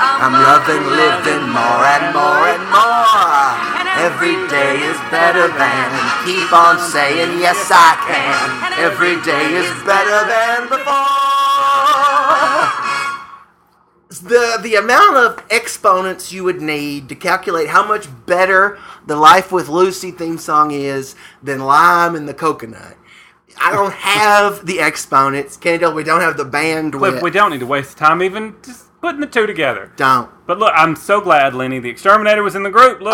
Speaker 12: I'm loving, living more and more and more. Every day is better than. Keep on saying yes I can. Every day is better than before the the amount of exponents you would need to calculate how much better the Life with Lucy theme song is than Lime and the Coconut. I don't have the exponents, Kendall. We don't have the bandwidth.
Speaker 3: Cliff, we don't need to waste time even just putting the two together.
Speaker 12: Don't.
Speaker 3: But look, I'm so glad Lenny the Exterminator was in the group. Look,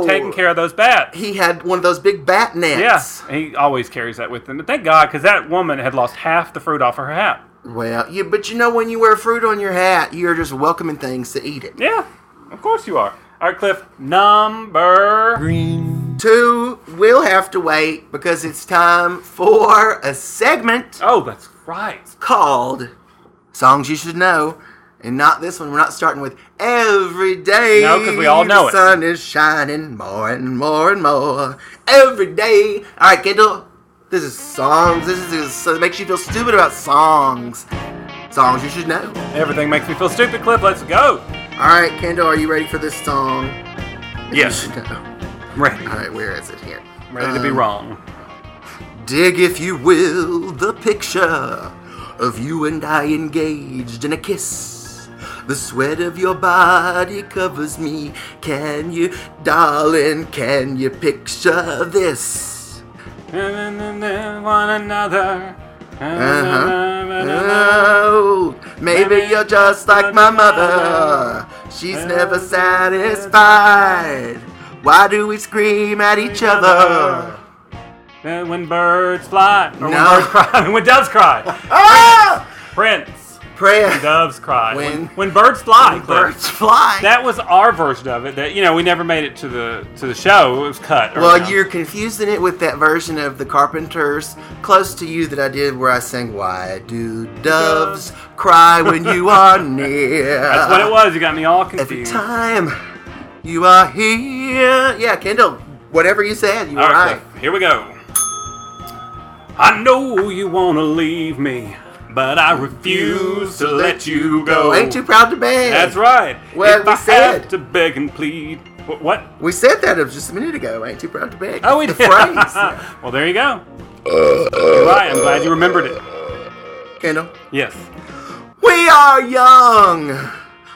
Speaker 3: he is taking care of those bats.
Speaker 12: He had one of those big bat nets.
Speaker 3: Yes, he always carries that with him. But thank God, because that woman had lost half the fruit off her hat.
Speaker 12: Well, you, but you know when you wear fruit on your hat, you're just welcoming things to eat it.
Speaker 3: Yeah, of course you are. All right, Cliff, number.
Speaker 12: Two, we'll have to wait because it's time for a segment.
Speaker 3: Oh, that's right.
Speaker 12: called Songs You Should Know. And not this one. We're not starting with every day.
Speaker 3: No, 'cause we all know
Speaker 12: the
Speaker 3: it.
Speaker 12: sun is shining more and more and more every day. All right, Kendall. This is songs. This is, this is so it makes you feel stupid about songs. Songs you should know.
Speaker 3: Everything makes me feel stupid, Cliff. Let's go.
Speaker 12: All right, Kendall. Are you ready for this song?
Speaker 3: Yes.
Speaker 12: You should know.
Speaker 3: Ready.
Speaker 12: All right, where is it here?
Speaker 3: Ready to be
Speaker 12: Um,
Speaker 3: wrong.
Speaker 12: Dig, if you will, the picture of you and I engaged in a kiss. The sweat of your body covers me. Can you, darling, can you picture this?
Speaker 3: One another.
Speaker 12: Uh-huh. Oh, maybe you're just like my mother. She's never satisfied. Why do we scream at each other?
Speaker 3: Uh, When birds fly. Or when
Speaker 12: No.
Speaker 3: birds cry. When doves cry.
Speaker 12: Ah!
Speaker 3: Prince.
Speaker 12: Prayer.
Speaker 3: Doves cry.
Speaker 12: When-
Speaker 3: When, when birds fly. Cliff.
Speaker 12: Birds fly.
Speaker 3: That was our version of it. That you know, we never made it to the to the show. It was cut.
Speaker 12: Well,
Speaker 3: around.
Speaker 12: you're confusing it with that version of the Carpenters "Close to You" that I did, where I sang "Why do doves cry when you are near?"
Speaker 3: That's what it was. You got me all confused.
Speaker 12: uh-huh. Every time you are here, yeah, Kendall. Whatever you said, you were
Speaker 3: All right,
Speaker 12: right.
Speaker 3: Cliff, here we go. I know you wanna leave me, but I refuse to let you go.
Speaker 12: Ain't too proud to beg.
Speaker 3: That's right.
Speaker 12: Well,
Speaker 3: if
Speaker 12: we
Speaker 3: I
Speaker 12: said.
Speaker 3: have to beg and plead, Wh- what?
Speaker 12: We said that just a minute ago. Ain't too proud to beg.
Speaker 3: Oh, we
Speaker 12: the
Speaker 3: did.
Speaker 12: phrase,
Speaker 3: well, there you go. You're right. I'm glad you remembered it.
Speaker 12: Kendall.
Speaker 3: Yes.
Speaker 12: We are young,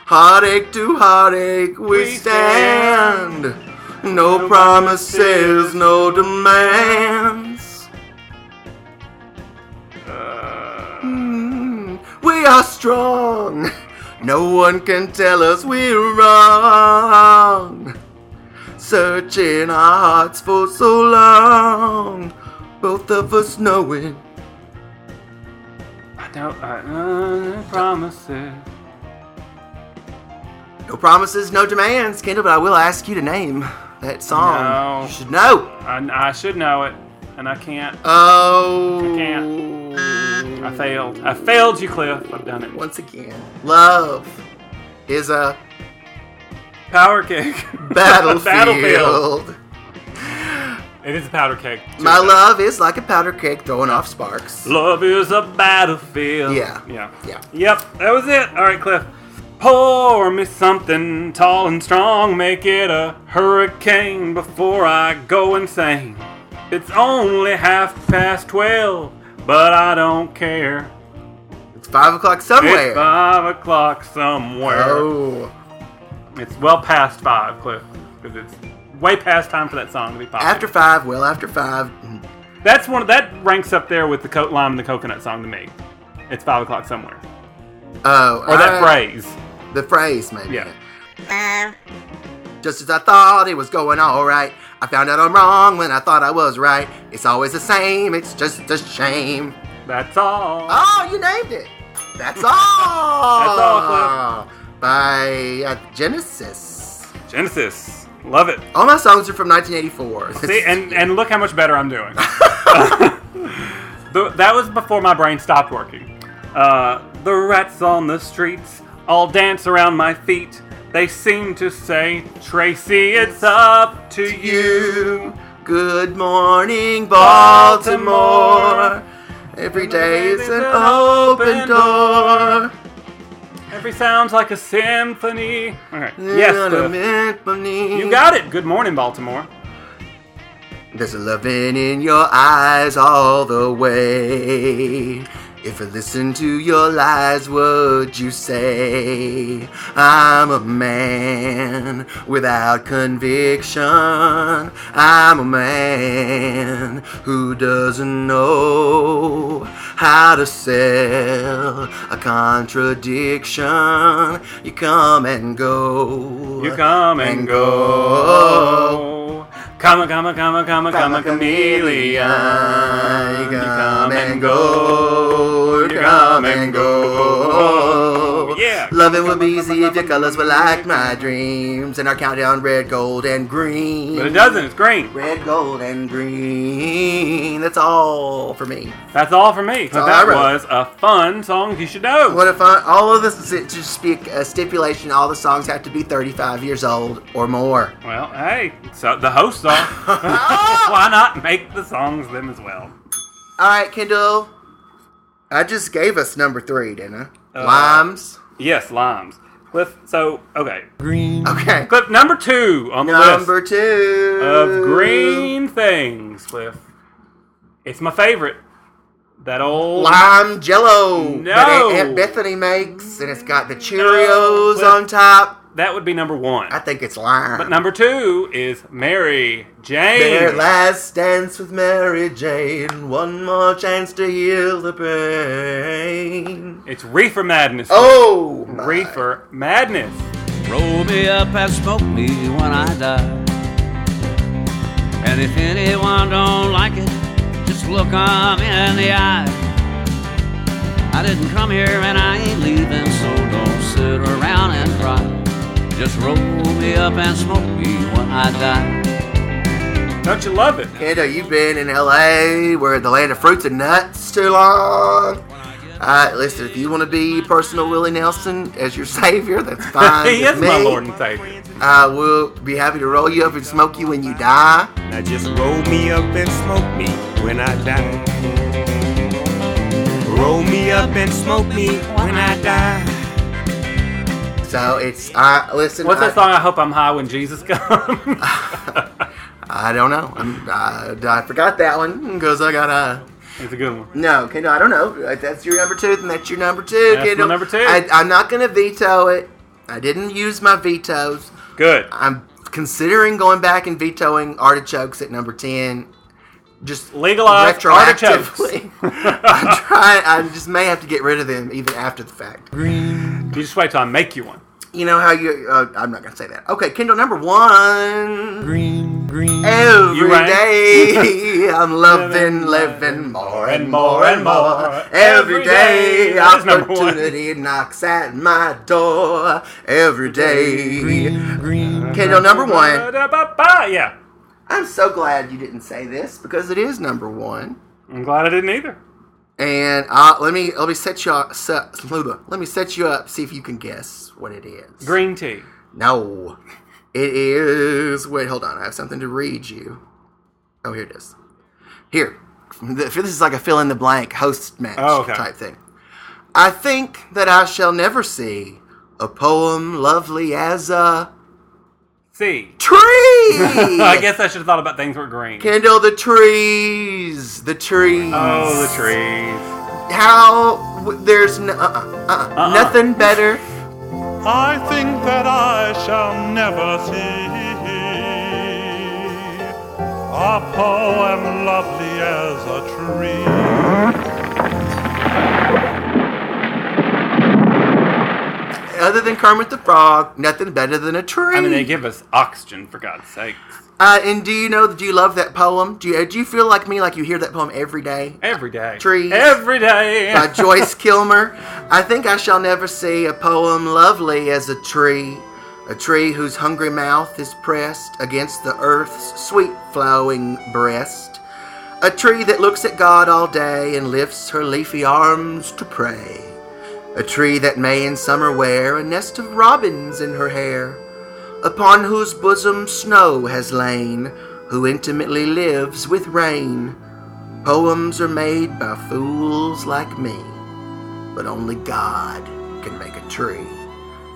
Speaker 12: heartache to heartache we
Speaker 3: We
Speaker 12: stand. No promises, no demands. Uh. Mm, We are strong. No one can tell us we're wrong. Searching our hearts for so long, both of us knowing
Speaker 3: I don't. I uh, promises.
Speaker 12: No promises, no demands, Kendall, but I will ask you to name that song.
Speaker 3: No.
Speaker 12: You should know.
Speaker 3: I, I should know it, and I can't.
Speaker 12: Oh.
Speaker 3: I I failed. I failed you, Cliff. I've done it.
Speaker 12: Once again, love is a
Speaker 3: Power cake.
Speaker 12: battlefield.
Speaker 3: It is a powder cake.
Speaker 12: My love is like a powder cake throwing off sparks.
Speaker 3: Love is a battlefield.
Speaker 12: Yeah.
Speaker 3: Yeah.
Speaker 12: Yeah.
Speaker 3: Yep. That was it. All right, Cliff. Pour me something tall and strong. Make it a hurricane before I go insane. It's only half past twelve, but I don't care.
Speaker 12: It's five o'clock
Speaker 3: It's
Speaker 12: somewhere.
Speaker 3: five o'clock somewhere.
Speaker 12: Oh.
Speaker 3: It's well past five, Cliff, because it's way past time for that song to be popular.
Speaker 12: After five, well, after five,
Speaker 3: That's one that ranks up there with the coat lime and the coconut song to me. It's five o'clock somewhere.
Speaker 12: Oh,
Speaker 3: Or that
Speaker 12: I-
Speaker 3: phrase.
Speaker 12: The phrase, maybe.
Speaker 3: Yeah.
Speaker 12: Just as I thought it was going all right, I found out I'm wrong when I thought I was right. It's always the same. It's just a shame.
Speaker 3: That's all.
Speaker 12: Oh, you named it. That's all.
Speaker 3: That's all,
Speaker 12: By uh, Genesis.
Speaker 3: Genesis. Love it.
Speaker 12: All my songs are from 1984.
Speaker 3: See, and, and look how much better I'm doing. The- that was before my brain stopped working. Uh, the rats on the streets all dance around my feet. They seem to say, Tracy, it's up to you.
Speaker 12: Good morning, Baltimore. Every day is an open door.
Speaker 3: Every sound's like a symphony. All right. Yes.
Speaker 12: Yes,
Speaker 3: the- you got it. Good morning, Baltimore.
Speaker 12: There's a loving in your eyes all the way. If I listen to your lies, would you say I'm a man without conviction? I'm a man who doesn't know how to sell a contradiction. You come and go.
Speaker 3: You come and go. Come, on, come, on, come, on, come, on, come, a chameleon. You come and go. You come and go. Yeah.
Speaker 12: Loving would be easy if your colors were like my dreams. And our countdown red, gold, and green.
Speaker 3: But it doesn't. It's green.
Speaker 12: Red, gold, and green. That's all for me.
Speaker 3: That's all for me. So
Speaker 12: all
Speaker 3: that
Speaker 12: I wrote.
Speaker 3: was a fun song you should know.
Speaker 12: What if I, all of this is to speak a stipulation? All the songs have to be 35 years old or more.
Speaker 3: Well, hey, so the hosts are. Why not make the songs them as well?
Speaker 12: All right, Kendall. I just gave us number three, didn't I?
Speaker 3: Uh,
Speaker 12: Limes.
Speaker 3: Yes, limes. Cliff. So okay,
Speaker 12: Green. Okay.
Speaker 3: Cliff number two on the
Speaker 12: Number two.
Speaker 3: list of green things. Cliff. It's my favorite. That old
Speaker 12: Lime jello
Speaker 3: No.
Speaker 12: that Aunt Aunt Bethany makes, and it's got the
Speaker 3: No,
Speaker 12: Cheerios
Speaker 3: Cliff.
Speaker 12: on top.
Speaker 3: That would be number one.
Speaker 12: I think it's lime.
Speaker 3: But number two is Mary Jane.
Speaker 12: Their last dance with Mary Jane. One more chance to heal the pain.
Speaker 3: It's Reefer Madness.
Speaker 12: Oh, my.
Speaker 3: Reefer Madness.
Speaker 11: Roll me up and smoke me when I die. And if anyone don't like it, just look 'em in the eye. I didn't come here and I ain't leaving, so don't sit around and cry. Just roll me up and smoke me when I die.
Speaker 3: Don't you love it?
Speaker 12: Kendall, you've been in LA, where the land of fruits and nuts, too long. Uh, listen, if you want to be personal Willie Nelson as your savior, that's fine.
Speaker 3: he
Speaker 12: with
Speaker 3: is my
Speaker 12: me.
Speaker 3: Lord and Savior.
Speaker 12: Uh, we'll be happy to roll you up and smoke you when you die.
Speaker 4: Now just roll me up and smoke me when I die. Roll me up and smoke me when I die.
Speaker 12: So it's uh, listen.
Speaker 3: What's
Speaker 12: I,
Speaker 3: that song? I hope I'm high when Jesus comes.
Speaker 12: I don't know. I'm, I, I forgot that one because I got a.
Speaker 3: it's a good one.
Speaker 12: No, Kendall, I don't know. If that's your number two, then that's your number two,
Speaker 3: That's my
Speaker 12: Kendall.
Speaker 3: number two.
Speaker 12: I, I'm not going to veto it. I didn't use my vetoes.
Speaker 3: Good.
Speaker 12: I'm considering going back and vetoing artichokes at number 10. Just
Speaker 3: Legalize artichokes.
Speaker 12: retroactively. I'm trying, I just may have to get rid of them even after the fact.
Speaker 3: You just wait till I make you one.
Speaker 12: You know how you. Uh, I'm not going to say that. Okay, Kendall, number one.
Speaker 11: Green, green.
Speaker 12: Every
Speaker 3: You right.
Speaker 12: day I'm loving, living more and more and more. Every
Speaker 3: Every day.
Speaker 12: day
Speaker 3: That is number one.
Speaker 12: opportunity knocks at my door. Every day.
Speaker 11: Green.
Speaker 12: Kendall, number one.
Speaker 3: Ba-da-ba-ba. Yeah.
Speaker 12: I'm so glad you didn't say this because it is number one.
Speaker 3: I'm glad I didn't either.
Speaker 12: And uh, let me let me set you up. Set, let me set you up. See if you can guess what it is.
Speaker 3: Green tea.
Speaker 12: No, it is. Wait, hold on. I have something to read you. Oh, here it is. Here, this is like a fill in the blank host match
Speaker 3: Oh, okay.
Speaker 12: type thing. I think that I shall never see a poem lovely as a
Speaker 3: See.
Speaker 12: tree.
Speaker 3: I guess I should have thought about things were green.
Speaker 12: Kindle the trees, the trees.
Speaker 3: Oh, the trees.
Speaker 12: How w- there's no, uh, uh, uh,
Speaker 3: Uh-uh.
Speaker 12: nothing better.
Speaker 13: I think that I shall never see
Speaker 14: are poem lovely as a tree.
Speaker 12: Other than Kermit the Frog, nothing better than a tree.
Speaker 3: I mean, they give us oxygen for God's sake.
Speaker 12: Uh, and do you know? Do you love that poem? Do you uh, do you feel like me? Like you hear that poem every day?
Speaker 3: Every day.
Speaker 12: Trees
Speaker 3: Every day.
Speaker 12: by Joyce Kilmer. I think I shall never see a poem lovely as a tree, a tree whose hungry mouth is pressed against the earth's sweet flowing breast, a tree that looks at God all day and lifts her leafy arms to pray, a tree that may in summer wear a nest of robins in her hair upon whose bosom snow has lain, who intimately lives with rain. Poems are made by fools like me, but only God can make a tree.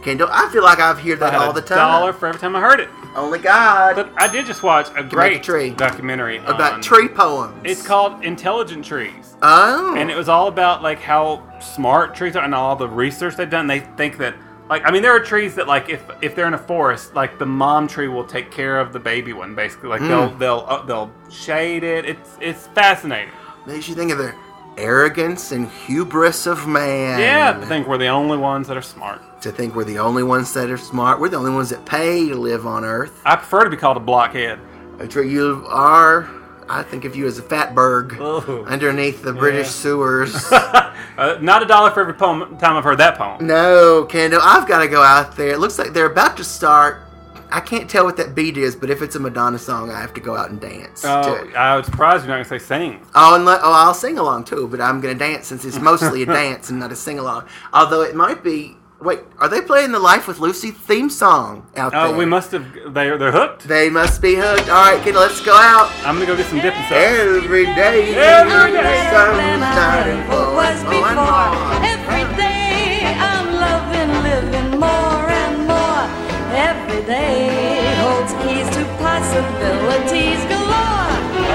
Speaker 12: Kendall, I feel like I've heard that
Speaker 3: I had
Speaker 12: all
Speaker 3: a
Speaker 12: the time.
Speaker 3: dollar for every time I heard it.
Speaker 12: Only God.
Speaker 3: But I did just watch a
Speaker 12: make a
Speaker 3: great documentary
Speaker 12: About
Speaker 3: on-
Speaker 12: tree poems.
Speaker 3: It's called Intelligent Trees.
Speaker 12: Oh.
Speaker 3: And it was all about like how smart trees are and all the research they've done. They think that like I mean there are trees that like if if they're in a forest, like the mom tree will take care of the baby one basically. Like
Speaker 12: Mm.
Speaker 3: they'll they'll uh, they'll shade it. It's it's fascinating.
Speaker 12: Makes you think of the arrogance and hubris of man.
Speaker 3: yeah, I think we're the only ones that are smart.
Speaker 12: To think we're the only ones that are smart. We're the only ones that pay to live on Earth.
Speaker 3: I prefer to be called a blockhead.
Speaker 12: A tree you are. I think of you as a fatberg underneath the British sewers.
Speaker 3: Uh, not a dollar for every poem, time I've heard that poem.
Speaker 12: no, Kendall, I've got to go out there. It looks like they're about to start. I can't tell what that beat is, but if it's a Madonna song, I have to go out and dance.
Speaker 3: Oh,
Speaker 12: too.
Speaker 3: I was surprised you're not gonna say sing.
Speaker 12: Oh, and let, oh, I'll sing along too, but I'm gonna dance since it's mostly a dance and not a sing along. Although it might be. Wait, are they playing the Life with Lucy theme song out
Speaker 3: Oh,
Speaker 12: there?
Speaker 3: we must have. They they're hooked.
Speaker 12: They must be hooked. All right, kid, let's go out.
Speaker 3: I'm gonna go get some dipping sauce.
Speaker 12: Every day,
Speaker 7: Every
Speaker 12: day,
Speaker 7: was
Speaker 3: Oh,
Speaker 7: before. Every day oh, I'm loving, living more and more. Every day holds keys to possibilities galore. I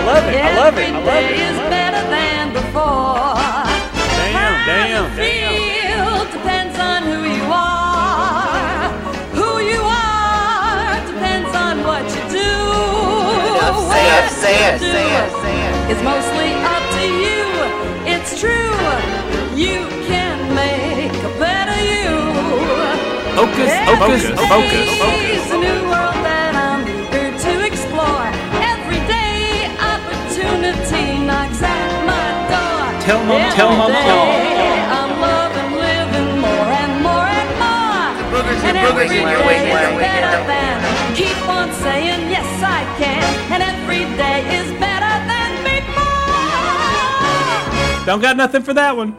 Speaker 3: love it, I love it, I
Speaker 7: Every
Speaker 3: love
Speaker 7: day
Speaker 3: it, I
Speaker 7: is
Speaker 3: love it.
Speaker 7: better than before.
Speaker 3: Damn, damn, damn.
Speaker 7: Feel depends on who you are. Who you are depends on what you do. What you do is mostly up to you. It's true, you can make a better you.
Speaker 8: Focus,
Speaker 7: Every
Speaker 8: focus,
Speaker 7: day
Speaker 8: focus,
Speaker 7: is a new world that I'm eager to explore. Every day, opportunity knocks at my door.
Speaker 8: Tell 'em, tell 'em,
Speaker 7: Every
Speaker 8: tell 'em.
Speaker 7: day, I'm loving, living more and more and more. And every day is better than. Keep on saying yes, I can. And every day is better than before.
Speaker 3: Don't got nothing for that one.